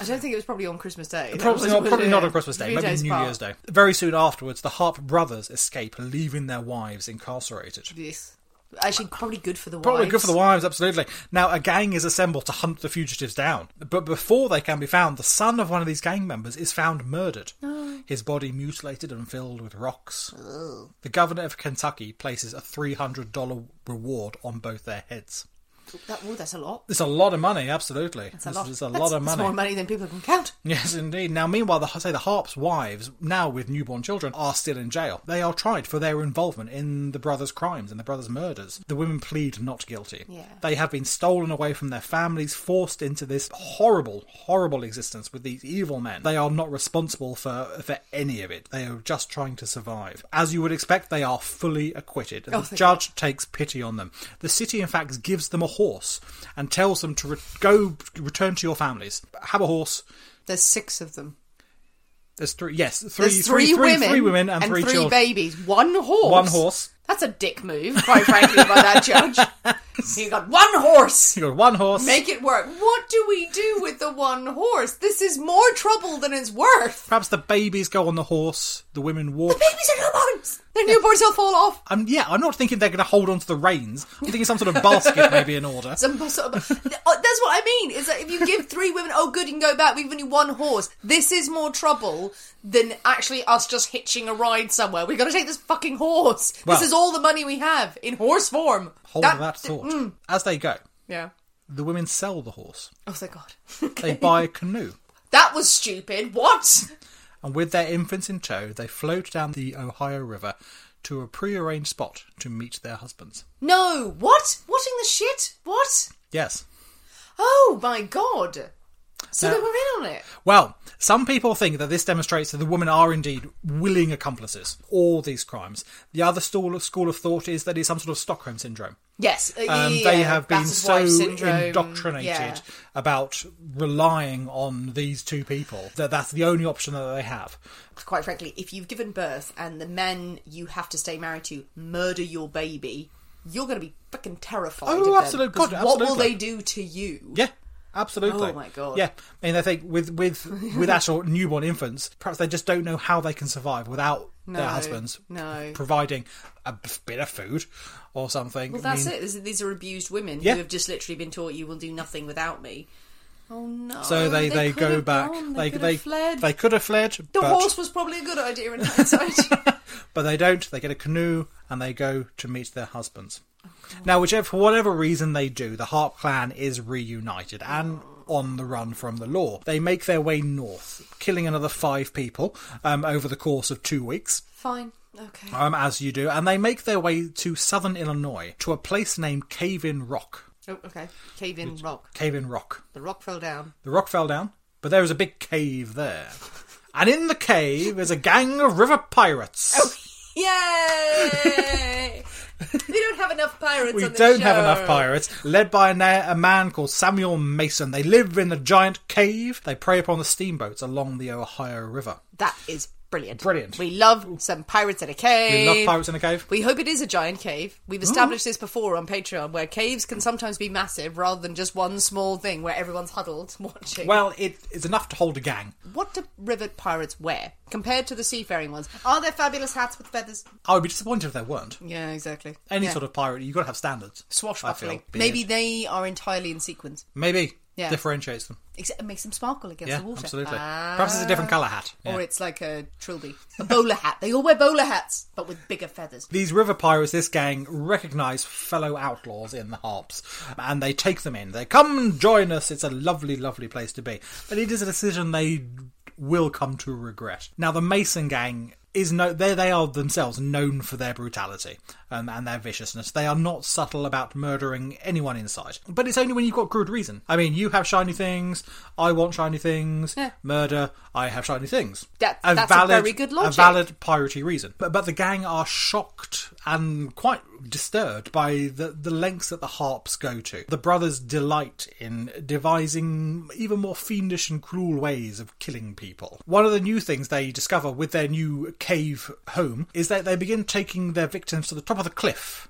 B: I don't think it was probably on Christmas Day. That
C: Probably
B: was-
C: not, probably
B: was
C: not
B: it?
C: on Christmas Day,
B: Few
C: maybe
B: days
C: New
B: apart.
C: Year's Day. Very soon afterwards, the Harp brothers escape, leaving their wives incarcerated.
B: Yes. Actually, probably good for the
C: Probably
B: wives.
C: good for the wives, absolutely. Now, a gang is assembled to hunt the fugitives down, but before they can be found, the son of one of these gang members is found murdered, his body mutilated and filled with rocks. The governor of Kentucky places a $300 reward on both their heads.
B: That, oh, that's a lot.
C: It's a lot of money, absolutely.
B: That's a lot.
C: It's a
B: That's-
C: lot of
B: that's
C: money.
B: more money than people can count.
C: Yes, indeed. Now, meanwhile, the, say the Harp's wives, now with newborn children, are still in jail. They are tried for their involvement in the brothers' crimes and the brothers' murders. The women plead not guilty.
B: Yeah.
C: They have been stolen away from their families, forced into this horrible, horrible existence with these evil men. They are not responsible for, for any of it. They are just trying to survive. As you would expect, they are fully acquitted. And the judge takes pity on them. The city, in fact, gives them a horse and tells them to re- go return to your families. Have a horse.
B: There's six of them.
C: There's three. Yes, three,
B: There's three,
C: three- three-
B: women,
C: three women, and, three, children.
B: babies. One horse.
C: One horse.
B: That's a dick move, quite frankly, by that judge. You got one horse.
C: You got one horse.
B: Make it work. What do we do with the one horse? This is more trouble than it's worth.
C: Perhaps the babies go on the horse. The women walk.
B: Babies are newborns. Their newborns will fall off.
C: Um, yeah, I'm not thinking they're going to hold on to the reins. I'm thinking some sort of basket maybe in order.
B: Some sort of, oh, that's what I mean. Is that if you give three women, oh good, you can go back. We've only one horse. This is more trouble than actually us just hitching a ride somewhere. We've got to take this fucking horse.
C: Well-
B: this is all the money we have in horse form.
C: Hold
B: That- mm.
C: that thought. As they go,
B: Yeah.
C: the women sell the horse.
B: Oh, thank God.
C: They buy a canoe.
B: That was stupid. What?
C: and with their infants in tow, they float down the Ohio River to a prearranged spot to meet their husbands.
B: No. What? What in the shit? What?
C: Yes.
B: Oh my God. So
C: Now-
B: they were in on it.
C: Well, some people think that this demonstrates that the women are indeed willing accomplices for all these crimes. The other school school of thought is that it's some sort of Stockholm syndrome.
B: Yes. uh,
C: Um,
B: yeah,
C: they have been
B: Bastard's
C: so
B: wife syndrome.
C: indoctrinated
B: Yeah.
C: about relying on these two people that that's the only option that they have.
B: Quite frankly, if you've given birth and the men you have to stay married to murder your baby, you're going to be fucking terrified.
C: Oh,
B: of them,
C: absolute
B: 'cause
C: God,
B: What will
C: absolutely.
B: they do to you?
C: Yeah, absolutely.
B: Oh my God.
C: Yeah, and I think with with with actual newborn infants, perhaps they just don't know how they can survive without their
B: No,
C: husbands
B: no.
C: providing a b- bit of food or something.
B: Well,
C: I
B: that's
C: mean,
B: it. These- These are abused women
C: Yeah.
B: who have just literally been taught you will do nothing without me. Oh no!
C: So they, they,
B: could
C: go
B: have
C: back.
B: gone.
C: They
B: could
C: they
B: have fled.
C: they could have fled,
B: the
C: but,
B: horse was probably a good idea in hindsight.
C: but they don't. They get a canoe and they go to meet their husbands.
B: Oh,
C: now, whichever for whatever reason they do, the Harp clan is reunited and on the run from the law. They make their way north, killing another five people um, over the course of two weeks.
B: Fine. Okay.
C: um, as you do, and they make their way to southern Illinois to a place named Cave in Rock.
B: Oh, okay. Cave in rock.
C: Cave in Rock.
B: The rock fell down.
C: The rock fell down, but there is a big cave there. And in the cave is a gang of river pirates.
B: Oh, Yay! we don't have enough pirates.
C: we
B: on this
C: don't have
B: show.
C: enough pirates. Led by a, na- a man called Samuel Mason. They live in a giant cave. They prey upon the steamboats along the Ohio River.
B: That is brilliant.
C: Brilliant.
B: We love some pirates in a
C: We
B: cave.
C: love pirates Oh. in a cave.
B: We hope it is a giant cave. We've established this before on Patreon, where caves can sometimes be massive rather than just one small thing where everyone's huddled watching.
C: Well, it is enough to hold a gang.
B: What do river pirates wear compared to the seafaring ones? Are there fabulous hats with feathers?
C: I would be disappointed if there weren't.
B: Yeah, exactly.
C: Any sort of pirate, you've got to have standards. I
B: swashbuckling.
C: feel. Be
B: Maybe
C: it.
B: they are entirely in sequins.
C: Maybe.
B: Yeah.
C: Differentiates them.
B: Except it makes them sparkle against
C: Yeah,
B: the water.
C: absolutely.
B: Ah.
C: Perhaps it's a different colour hat. Yeah.
B: Or it's like a trilby, a bowler hat. They all wear bowler hats, but with bigger feathers.
C: These river pirates, this gang, recognise fellow outlaws in the harps and they take them in. They come and join us. It's a lovely, lovely place to be. But it is a decision they will come to regret. Now, the Mason gang is no they they are themselves known for their brutality um, and their viciousness they are not subtle about murdering anyone in sight but it's only when you've got good reason i mean you have shiny things i want shiny things murder i have shiny things
B: That- that's a very good logic.
C: a valid piratey reason. But, but the gang are shocked and quite disturbed by the, the lengths that the harps go to. The brothers delight in devising even more fiendish and cruel ways of killing people. One of the new things they discover with their new cave home is that they begin taking their victims to the top of the cliff.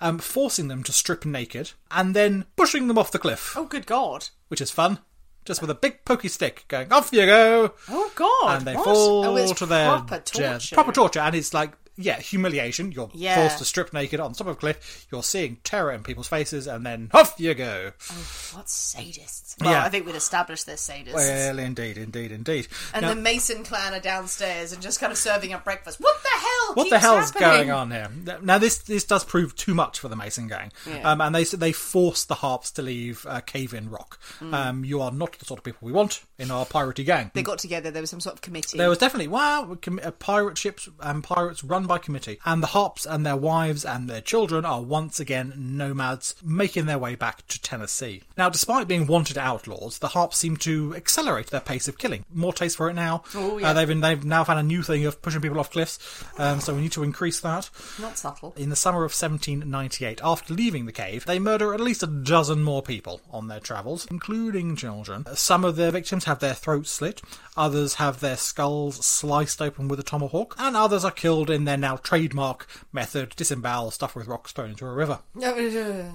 C: Um, forcing them to strip naked and then pushing them off the cliff,
B: Oh, good God.
C: which is fun. Just with a big pokey stick, going off you go
B: Oh, God.
C: and they
B: what?
C: fall
B: oh, it's
C: to their
B: proper
C: death.
B: torture.
C: proper torture, and it's like yeah, humiliation. You're
B: Yeah.
C: forced to strip naked on top of a cliff. You're seeing terror in people's faces, and then off you go.
B: Oh, What sadists? Well,
C: Yeah.
B: I think we'd established they're sadists.
C: Well, indeed, indeed, indeed.
B: and
C: Now-
B: the Mason clan are downstairs and just kind of serving up breakfast. What the hell?
C: what
B: keeps
C: the hell's
B: happening?
C: going on here? Now this this does prove too much for the Mason gang, um, and they they force the harps to leave uh, Cave in Rock.
B: Mm.
C: Um, you are not the sort of people we want in our piratey gang.
B: They got together. There was some sort of committee.
C: There was definitely wow, com- uh, pirate ships and pirates run by committee, and the Hops and their wives and their children are once again nomads making their way back to Tennessee. Now, despite being wanted outlaws, the Hops seem to accelerate their pace of killing. More taste for it now. Oh, yeah. they've been, they've now found a new thing of pushing people off cliffs, um, so we need to increase that.
B: Not subtle.
C: In the summer of 1798, after leaving the cave, they murder at least a dozen more people on their travels, including children. Some of their victims have their throats slit, others have their skulls sliced open with a tomahawk, and others are killed in their now trademark method disembowel stuff with rock stone into a river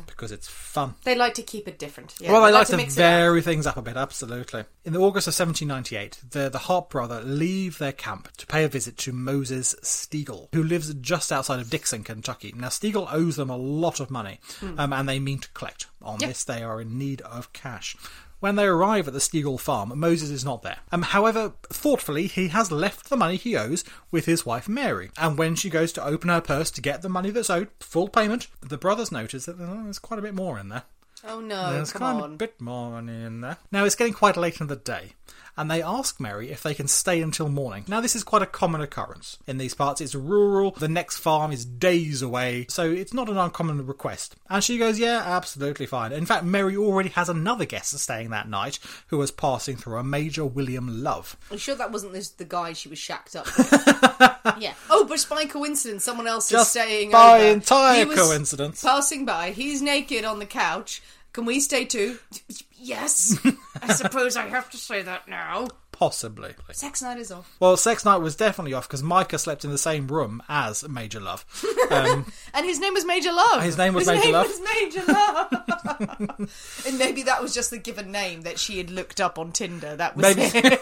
C: because it's fun.
B: uh, They like to keep it different. Yeah,
C: well,
B: they
C: they like to,
B: mix it up.
C: vary things up a bit, absolutely. In the August of 1798, the, the Hart brother leave their camp to pay a visit to Moses Stiegel, who lives just outside of Dixon, Kentucky. Now, Stiegel
B: Hmm.
C: owes them a lot of money, um, and they mean to collect. On this, they are in need of cash. When they arrive at the Stegall farm, Moses is not there. Um, however, thoughtfully, he has left the money he owes with his wife Mary. And when she goes to open her purse to get the money that's owed, full payment, the brothers notice that oh, there's quite a bit more in there.
B: Oh no,
C: There's
B: come
C: quite
B: on.
C: a bit more money in there. Now it's getting quite late in the day, and they ask Mary if they can stay until morning. Now this is quite a common occurrence in these parts. It's rural. The next farm is days away, so it's not an uncommon request. And she goes, "Yeah, absolutely fine." In fact, Mary already has another guest staying that night, who was passing through a Major William Love.
B: I'm sure that wasn't this, the guy she was shacked up with. yeah. Oh, but by coincidence, someone else
C: Just
B: is staying
C: by
B: over.
C: entire
B: He was
C: coincidence.
B: Passing by, he's naked on the couch. Can we stay too? Yes. I suppose I have to say that now.
C: Possibly.
B: Sex night is off.
C: Well, Sex Night was definitely off because Micah slept in the same room as Major Love. Um,
B: And his name was Major Love.
C: His name was Major Love.
B: was Major Love. and maybe that was just the given name that she had looked up on Tinder. That was
C: Maybe-
B: it.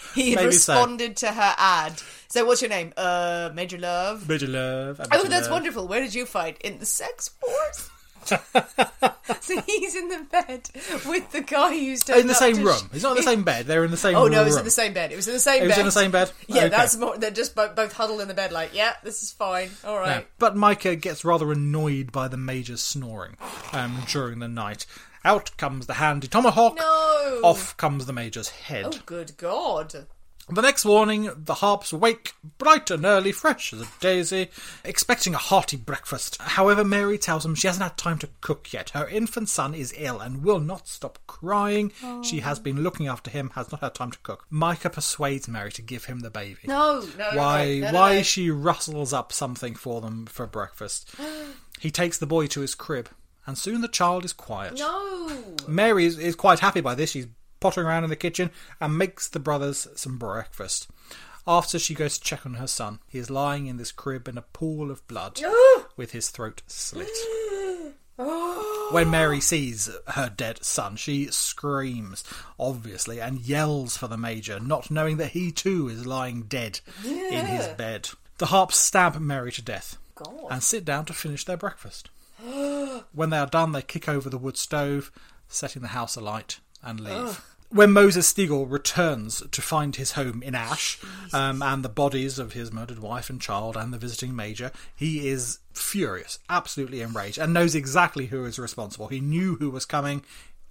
B: he had
C: Maybe so.
B: responded to her ad. So, what's your name? Uh, Major Love.
C: Major Love.
B: Oh, that's
C: wonderful.
B: wonderful. Where did you fight? In the sex wars? so he's in the bed with the guy who's
C: in the same room. It's not in the same bed. They're in the same.
B: Oh no,
C: room.
B: it was in the same bed. It was in the same.
C: It
B: bed.
C: was in the same bed?
B: Yeah,
C: Okay.
B: that's more. They're just both, both huddled in the bed, like, yeah, this is fine. All
C: No.
B: right.
C: But Micah gets rather annoyed by the major's snoring um, during the night. Out comes the handy tomahawk.
B: No.
C: Off comes the major's head.
B: Oh, good God.
C: The next morning, the harps wake, bright and early, fresh as a daisy, expecting a hearty breakfast. However, Mary tells them she hasn't had time to cook yet. Her infant son is ill and will not stop crying. She has been looking after him, has not had time to cook. Micah persuades Mary to give him the baby.
B: No, no.
C: why
B: No, no,
C: why
B: no.
C: she rustles up something for them for breakfast. he takes the boy to his crib, and soon the child is quiet.
B: No.
C: Mary is, is quite happy by this. She's pottering around in the kitchen and makes the brothers some breakfast. After she goes to check on her son, he is lying in this crib in a pool of blood with his throat slit. When Mary sees her dead son, she screams, obviously, and yells for the Major, not knowing that he too is lying dead in his bed. The harps stab Mary to death and sit down to finish their breakfast. When they are done, they kick over the wood stove, setting the house alight, and leave. When Moses Stegall returns to find his home in Ash um, and the bodies of his murdered wife and child and the visiting major, he is furious, absolutely enraged, and knows exactly who is responsible. He knew who was coming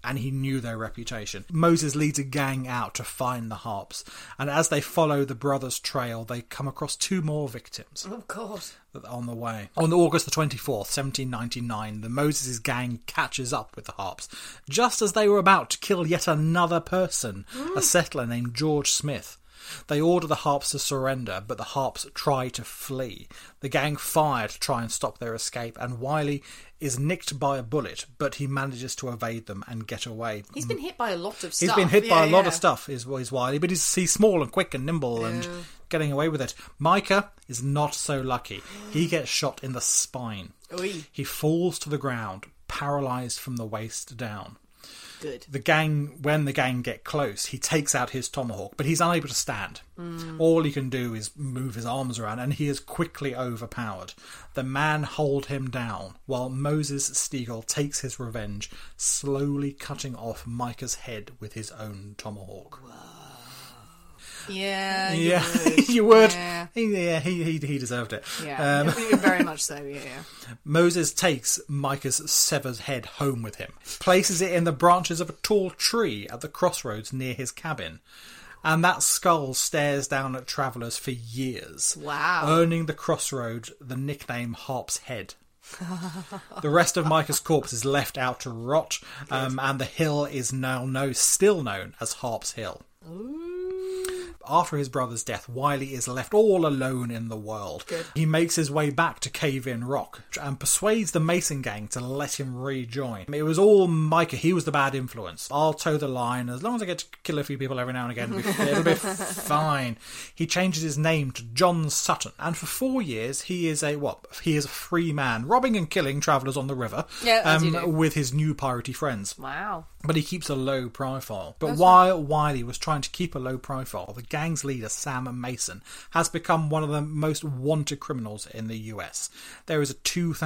C: and he knew their reputation. Moses leads a gang out to find the harps, and as they follow the brothers' trail, they come across two more victims
B: Oh, God.
C: that on the way. On August the 24th, 1799, the Moses' gang catches up with the Harps, just as they were about to kill yet another person, a settler named George Smith. They order the Harps to surrender, but the Harps try to flee. The gang fire to try and stop their escape, and Wiley is nicked by a bullet, but he manages to evade them and get away.
B: He's been hit by a lot of stuff.
C: He's been hit by a
B: Yeah,
C: lot
B: yeah.
C: of stuff, is, is Wiley, but he's, he's small and quick and nimble and getting away with it. Micah is not so lucky. He gets shot in the spine.
B: Oi.
C: He falls to the ground, paralysed from the waist down.
B: Good.
C: The gang, when the gang get close, he takes out his tomahawk, but he's unable to stand. All he can do is move his arms around, and he is quickly overpowered. The man hold him down, while Moses Stegall takes his revenge, slowly cutting off Micah's head with his own tomahawk.
B: Yeah. you
C: Yeah,
B: would.
C: you would.
B: Yeah.
C: He- Yeah, he, he, he deserved it. Um,
B: Yeah. Very much so, yeah. yeah.
C: Moses takes Micah's severed head home with him, places it in the branches of a tall tree at the crossroads near his cabin, and that skull stares down at travellers for years.
B: Wow.
C: Earning the crossroad the nickname Harp's Head. the rest of Micah's corpse is left out to rot, um, and the hill is now no, still known as Harp's Hill. After his brother's death, Wiley is left all alone in the world. He makes his way back to Cave In Rock and persuades the Mason gang to let him rejoin. It was all Micah, he was the bad influence. I'll toe the line. As long as I get to kill a few people every now and again, it'll be, it'll be fine. He changes his name to John Sutton, and for four years he is a what? He is a free man, robbing and killing travellers on the river um,
B: Yeah, as you do.
C: with his new piratey friends
B: Wow.
C: but he keeps a low profile. But while Wiley was trying to keep a low profile, the gang gang's leader, Sam Mason, has become one of the most wanted criminals in the US. There is a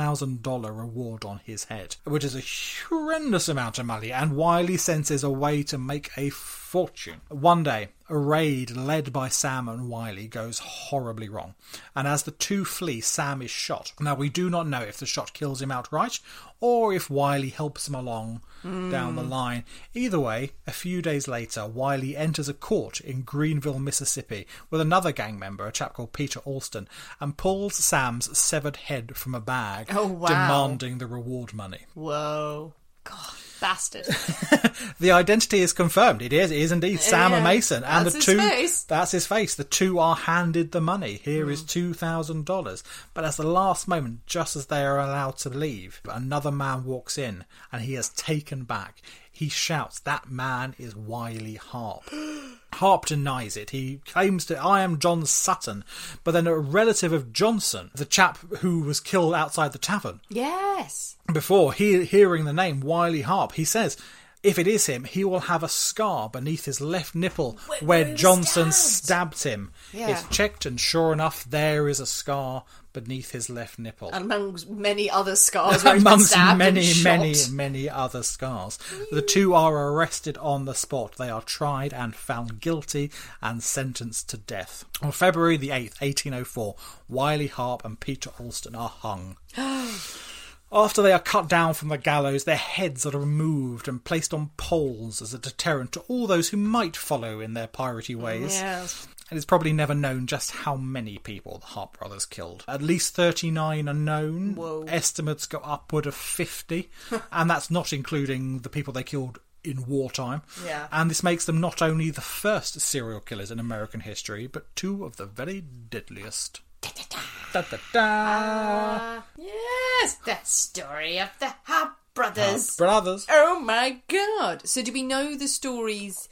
C: $2,000 reward on his head, which is a horrendous amount of money, and Wiley senses a way to make a fortune. One day, a raid led by Sam and Wiley goes horribly wrong, and as the two flee, Sam is shot. Now, we do not know if the shot kills him outright or if Wiley helps him along down the line. Either way, a few days later, Wiley enters a court in Greenville, Mississippi, with another gang member, a chap called Peter Alston, and pulls Sam's severed head from a bag,
B: Oh, wow.
C: demanding the reward money.
B: Whoa. God, bastard.
C: The identity is confirmed. It is, it is indeed Sam and Mason, and
B: That's
C: the
B: his
C: two.
B: face. Mm.
C: That's his face. The two are handed the money. Here is two thousand dollars. But at the last moment, just as they are allowed to leave, another man walks in, and he has taken back. He shouts, "That man is Wiley Harp." Harp denies it. He claims that I am John Sutton, but then a relative of Johnson, the chap who was killed outside the tavern,
B: yes.
C: before he, hearing the name Wiley Harp, he says, if it is him, he will have a scar beneath his left nipple where,
B: he was
C: Johnson
B: stabbed."
C: stabbed, him.
B: Yeah.
C: It's checked, and sure enough, there is a scar beneath his left nipple.
B: Amongst many other scars where he's been
C: Amongst
B: stabbed and
C: many,
B: shot.
C: many, many other scars. The two are arrested on the spot. They are tried and found guilty and sentenced to death. On February the 8th, 1804, Wiley Harp and Peter Alston are hung. After they are cut down from the gallows, their heads are removed and placed on poles as a deterrent to all those who might follow in their piratey ways.
B: Yes.
C: And it's probably never known just how many people the Hart brothers killed. At least 39 are known. Estimates go upward of 50, and that's not including the people they killed in wartime.
B: Yeah.
C: And this makes them not only the first serial killers in American history, but two of the very deadliest. Da-da-da.
B: Yes, that story of the Hub brothers.
C: Brothers.
B: oh my god. So do we know the stories?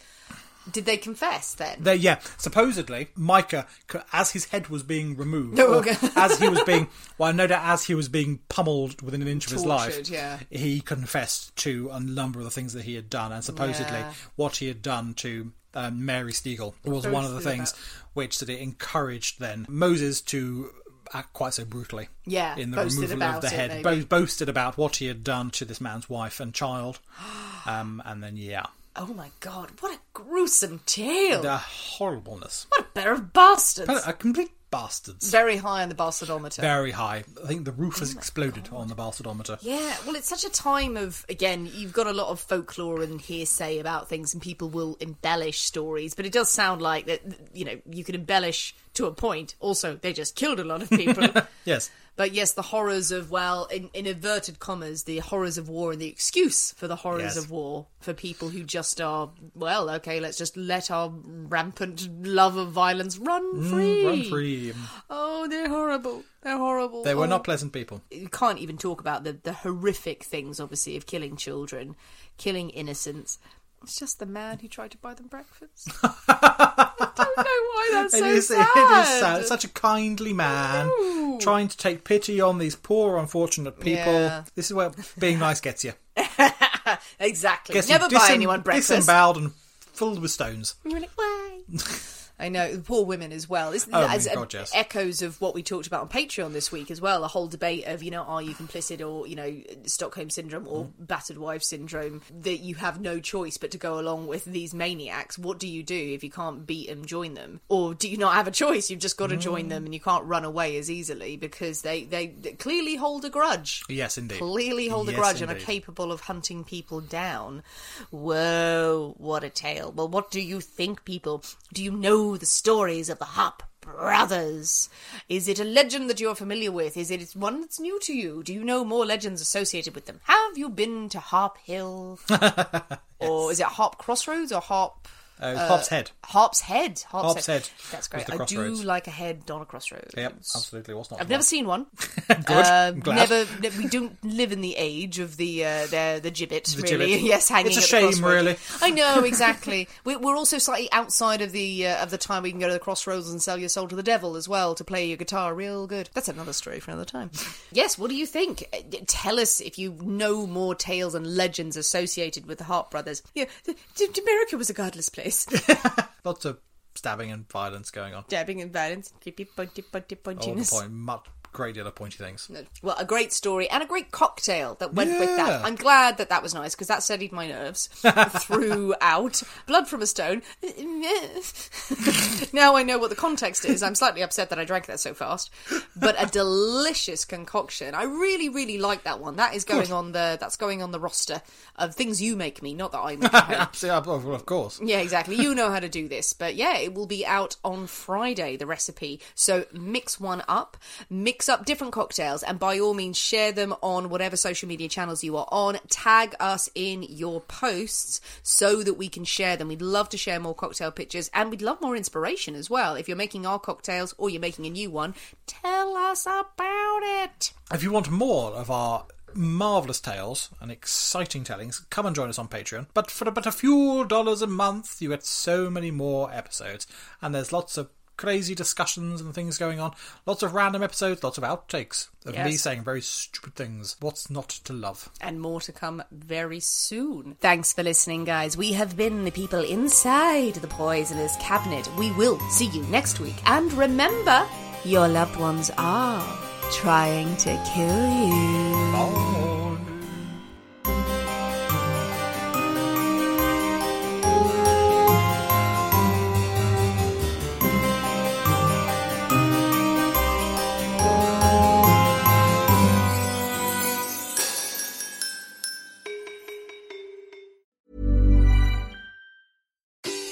B: Did they confess then?
C: There, yeah. Supposedly, Micah, c- as his head was being removed,
B: No,
C: or
B: Oh, okay.
C: as he was being, well, no doubt, as he was being pummeled within an inch of his
B: Tortured,
C: life,
B: yeah.
C: he confessed to a number of the things that he had done, and supposedly
B: Yeah.
C: what he had done to um, Mary Stegall was one of the things which that it encouraged then Moses to act quite so brutally.
B: Yeah,
C: in the
B: boasted
C: removal
B: about
C: of the
B: it,
C: head,
B: maybe.
C: Bo- boasted about what he had done to this man's wife and child, um, and then yeah,
B: Oh my god, what a gruesome tale.
C: the horribleness.
B: What a pair of bastards.
C: But a complete bastards.
B: Very high on the bastadometer.
C: Very high. I think the roof
B: Oh
C: has exploded on the bastadometer.
B: Yeah, well, it's such a time of again. You've got a lot of folklore and hearsay about things, and people will embellish stories. But it does sound like that. You know, you can embellish to a point. Also, they just killed a lot of people.
C: Yes.
B: But yes, the horrors of well, in, in inverted commas, the horrors of war and the excuse for the horrors
C: Yes.
B: of war for people who just are well, okay, let's just let our rampant love of violence run free.
C: Mm, Run free.
B: Oh, they're horrible. They're horrible.
C: They were
B: Oh
C: not pleasant people.
B: you can't even talk about the, the horrific things, obviously, of killing children, killing innocents. It's just the man who tried to buy them breakfast. I don't know why that's so
C: it, is,
B: sad.
C: it is sad. Such a kindly man trying to take pity on these poor, unfortunate people.
B: Yeah.
C: This is where being nice gets you.
B: Exactly.
C: Gets you
B: Never buy
C: disem-
B: anyone breakfast. Uh,
C: Disemboweled and filled with stones.
B: And you're like, why? I know, the poor women as well. Isn't
C: Oh
B: that
C: my
B: as, uh,
C: God, yes.
B: echoes of what we talked about on Patreon this week as well? A whole debate of, you know, are you complicit or, you know, Stockholm syndrome or
C: Mm-hmm.
B: battered wife syndrome that you have no choice but to go along with these maniacs? What do you do if you can't beat them, join them? Or do you not have a choice? You've just got to
C: Mm.
B: join them and you can't run away as easily because they, they clearly hold a grudge
C: Yes, indeed.
B: clearly hold a
C: Yes,
B: grudge and are
C: indeed.
B: capable of hunting people down. Whoa, what a tale. Well, what do you think, people? Do you know the stories of the Hop brothers? Is it a legend that you're familiar with? Is it one that's new to you? Do you know more legends associated with them? Have you been to Harp Hill? Or is it Harp Crossroads or Harp.
C: Uh, it was Hop's head.
B: Harp's Head. Harp's,
C: Harp's Head
B: That's
C: was
B: great.
C: the
B: I do
C: crossroads.
B: like a head on a crossroads.
C: Yep, absolutely. What's not?
B: I've never seen one.
C: Good.
B: Uh,
C: I'm glad.
B: never, ne- we don't live in the age of the uh, the, the gibbet,
C: The
B: really.
C: gibbet.
B: Yes, hanging.
C: It's a
B: at the crossroads.
C: shame, really.
B: I know exactly. we, we're also slightly outside of the uh, of the time we can go to the crossroads and sell your soul to the devil as well to play your guitar real good. That's another story for another time. yes, what do you think? Uh, d- Tell us if you know more tales and legends associated with the Hart brothers. Yeah, th- th- America was a godless place.
C: Lots of stabbing and violence going on.
B: Dabbing and violence. Keepy pointy pointy
C: All Oh, the
B: pointiness.
C: point, much great deal of pointy things.
B: well, a great story and a great cocktail that went with that.
C: Yeah.
B: I'm glad that that was nice because that steadied my nerves throughout. Blood from a stone. now I know what the context is. I'm slightly upset that I drank that so fast, but a delicious concoction. I really, really like that one. That is going on the that's going on the roster of things you make me, not that I make. at home.
C: Absolutely, of- of course.
B: Yeah, exactly. You know how to do this. But yeah, it will be out on Friday, the recipe. So mix one up, mix up different cocktails, and by all means, share them on whatever social media channels you are on. Tag us in your posts so that we can share them. We'd love to share more cocktail pictures and we'd love more inspiration as well. If you're making our cocktails or you're making a new one, tell us about it.
C: If you want more of our marvelous tales and exciting tellings, come and join us on Patreon. But for about a few dollars a month, you get so many more episodes, and there's lots of crazy discussions and things going on. Lots of random episodes, lots of outtakes of me
B: Yes.
C: saying very stupid things. What's not to love?
B: and more to come very soon. Thanks for listening, guys. We have been the people inside the poisoner's cabinet. We will see you next week. And remember, your loved ones are trying to kill you.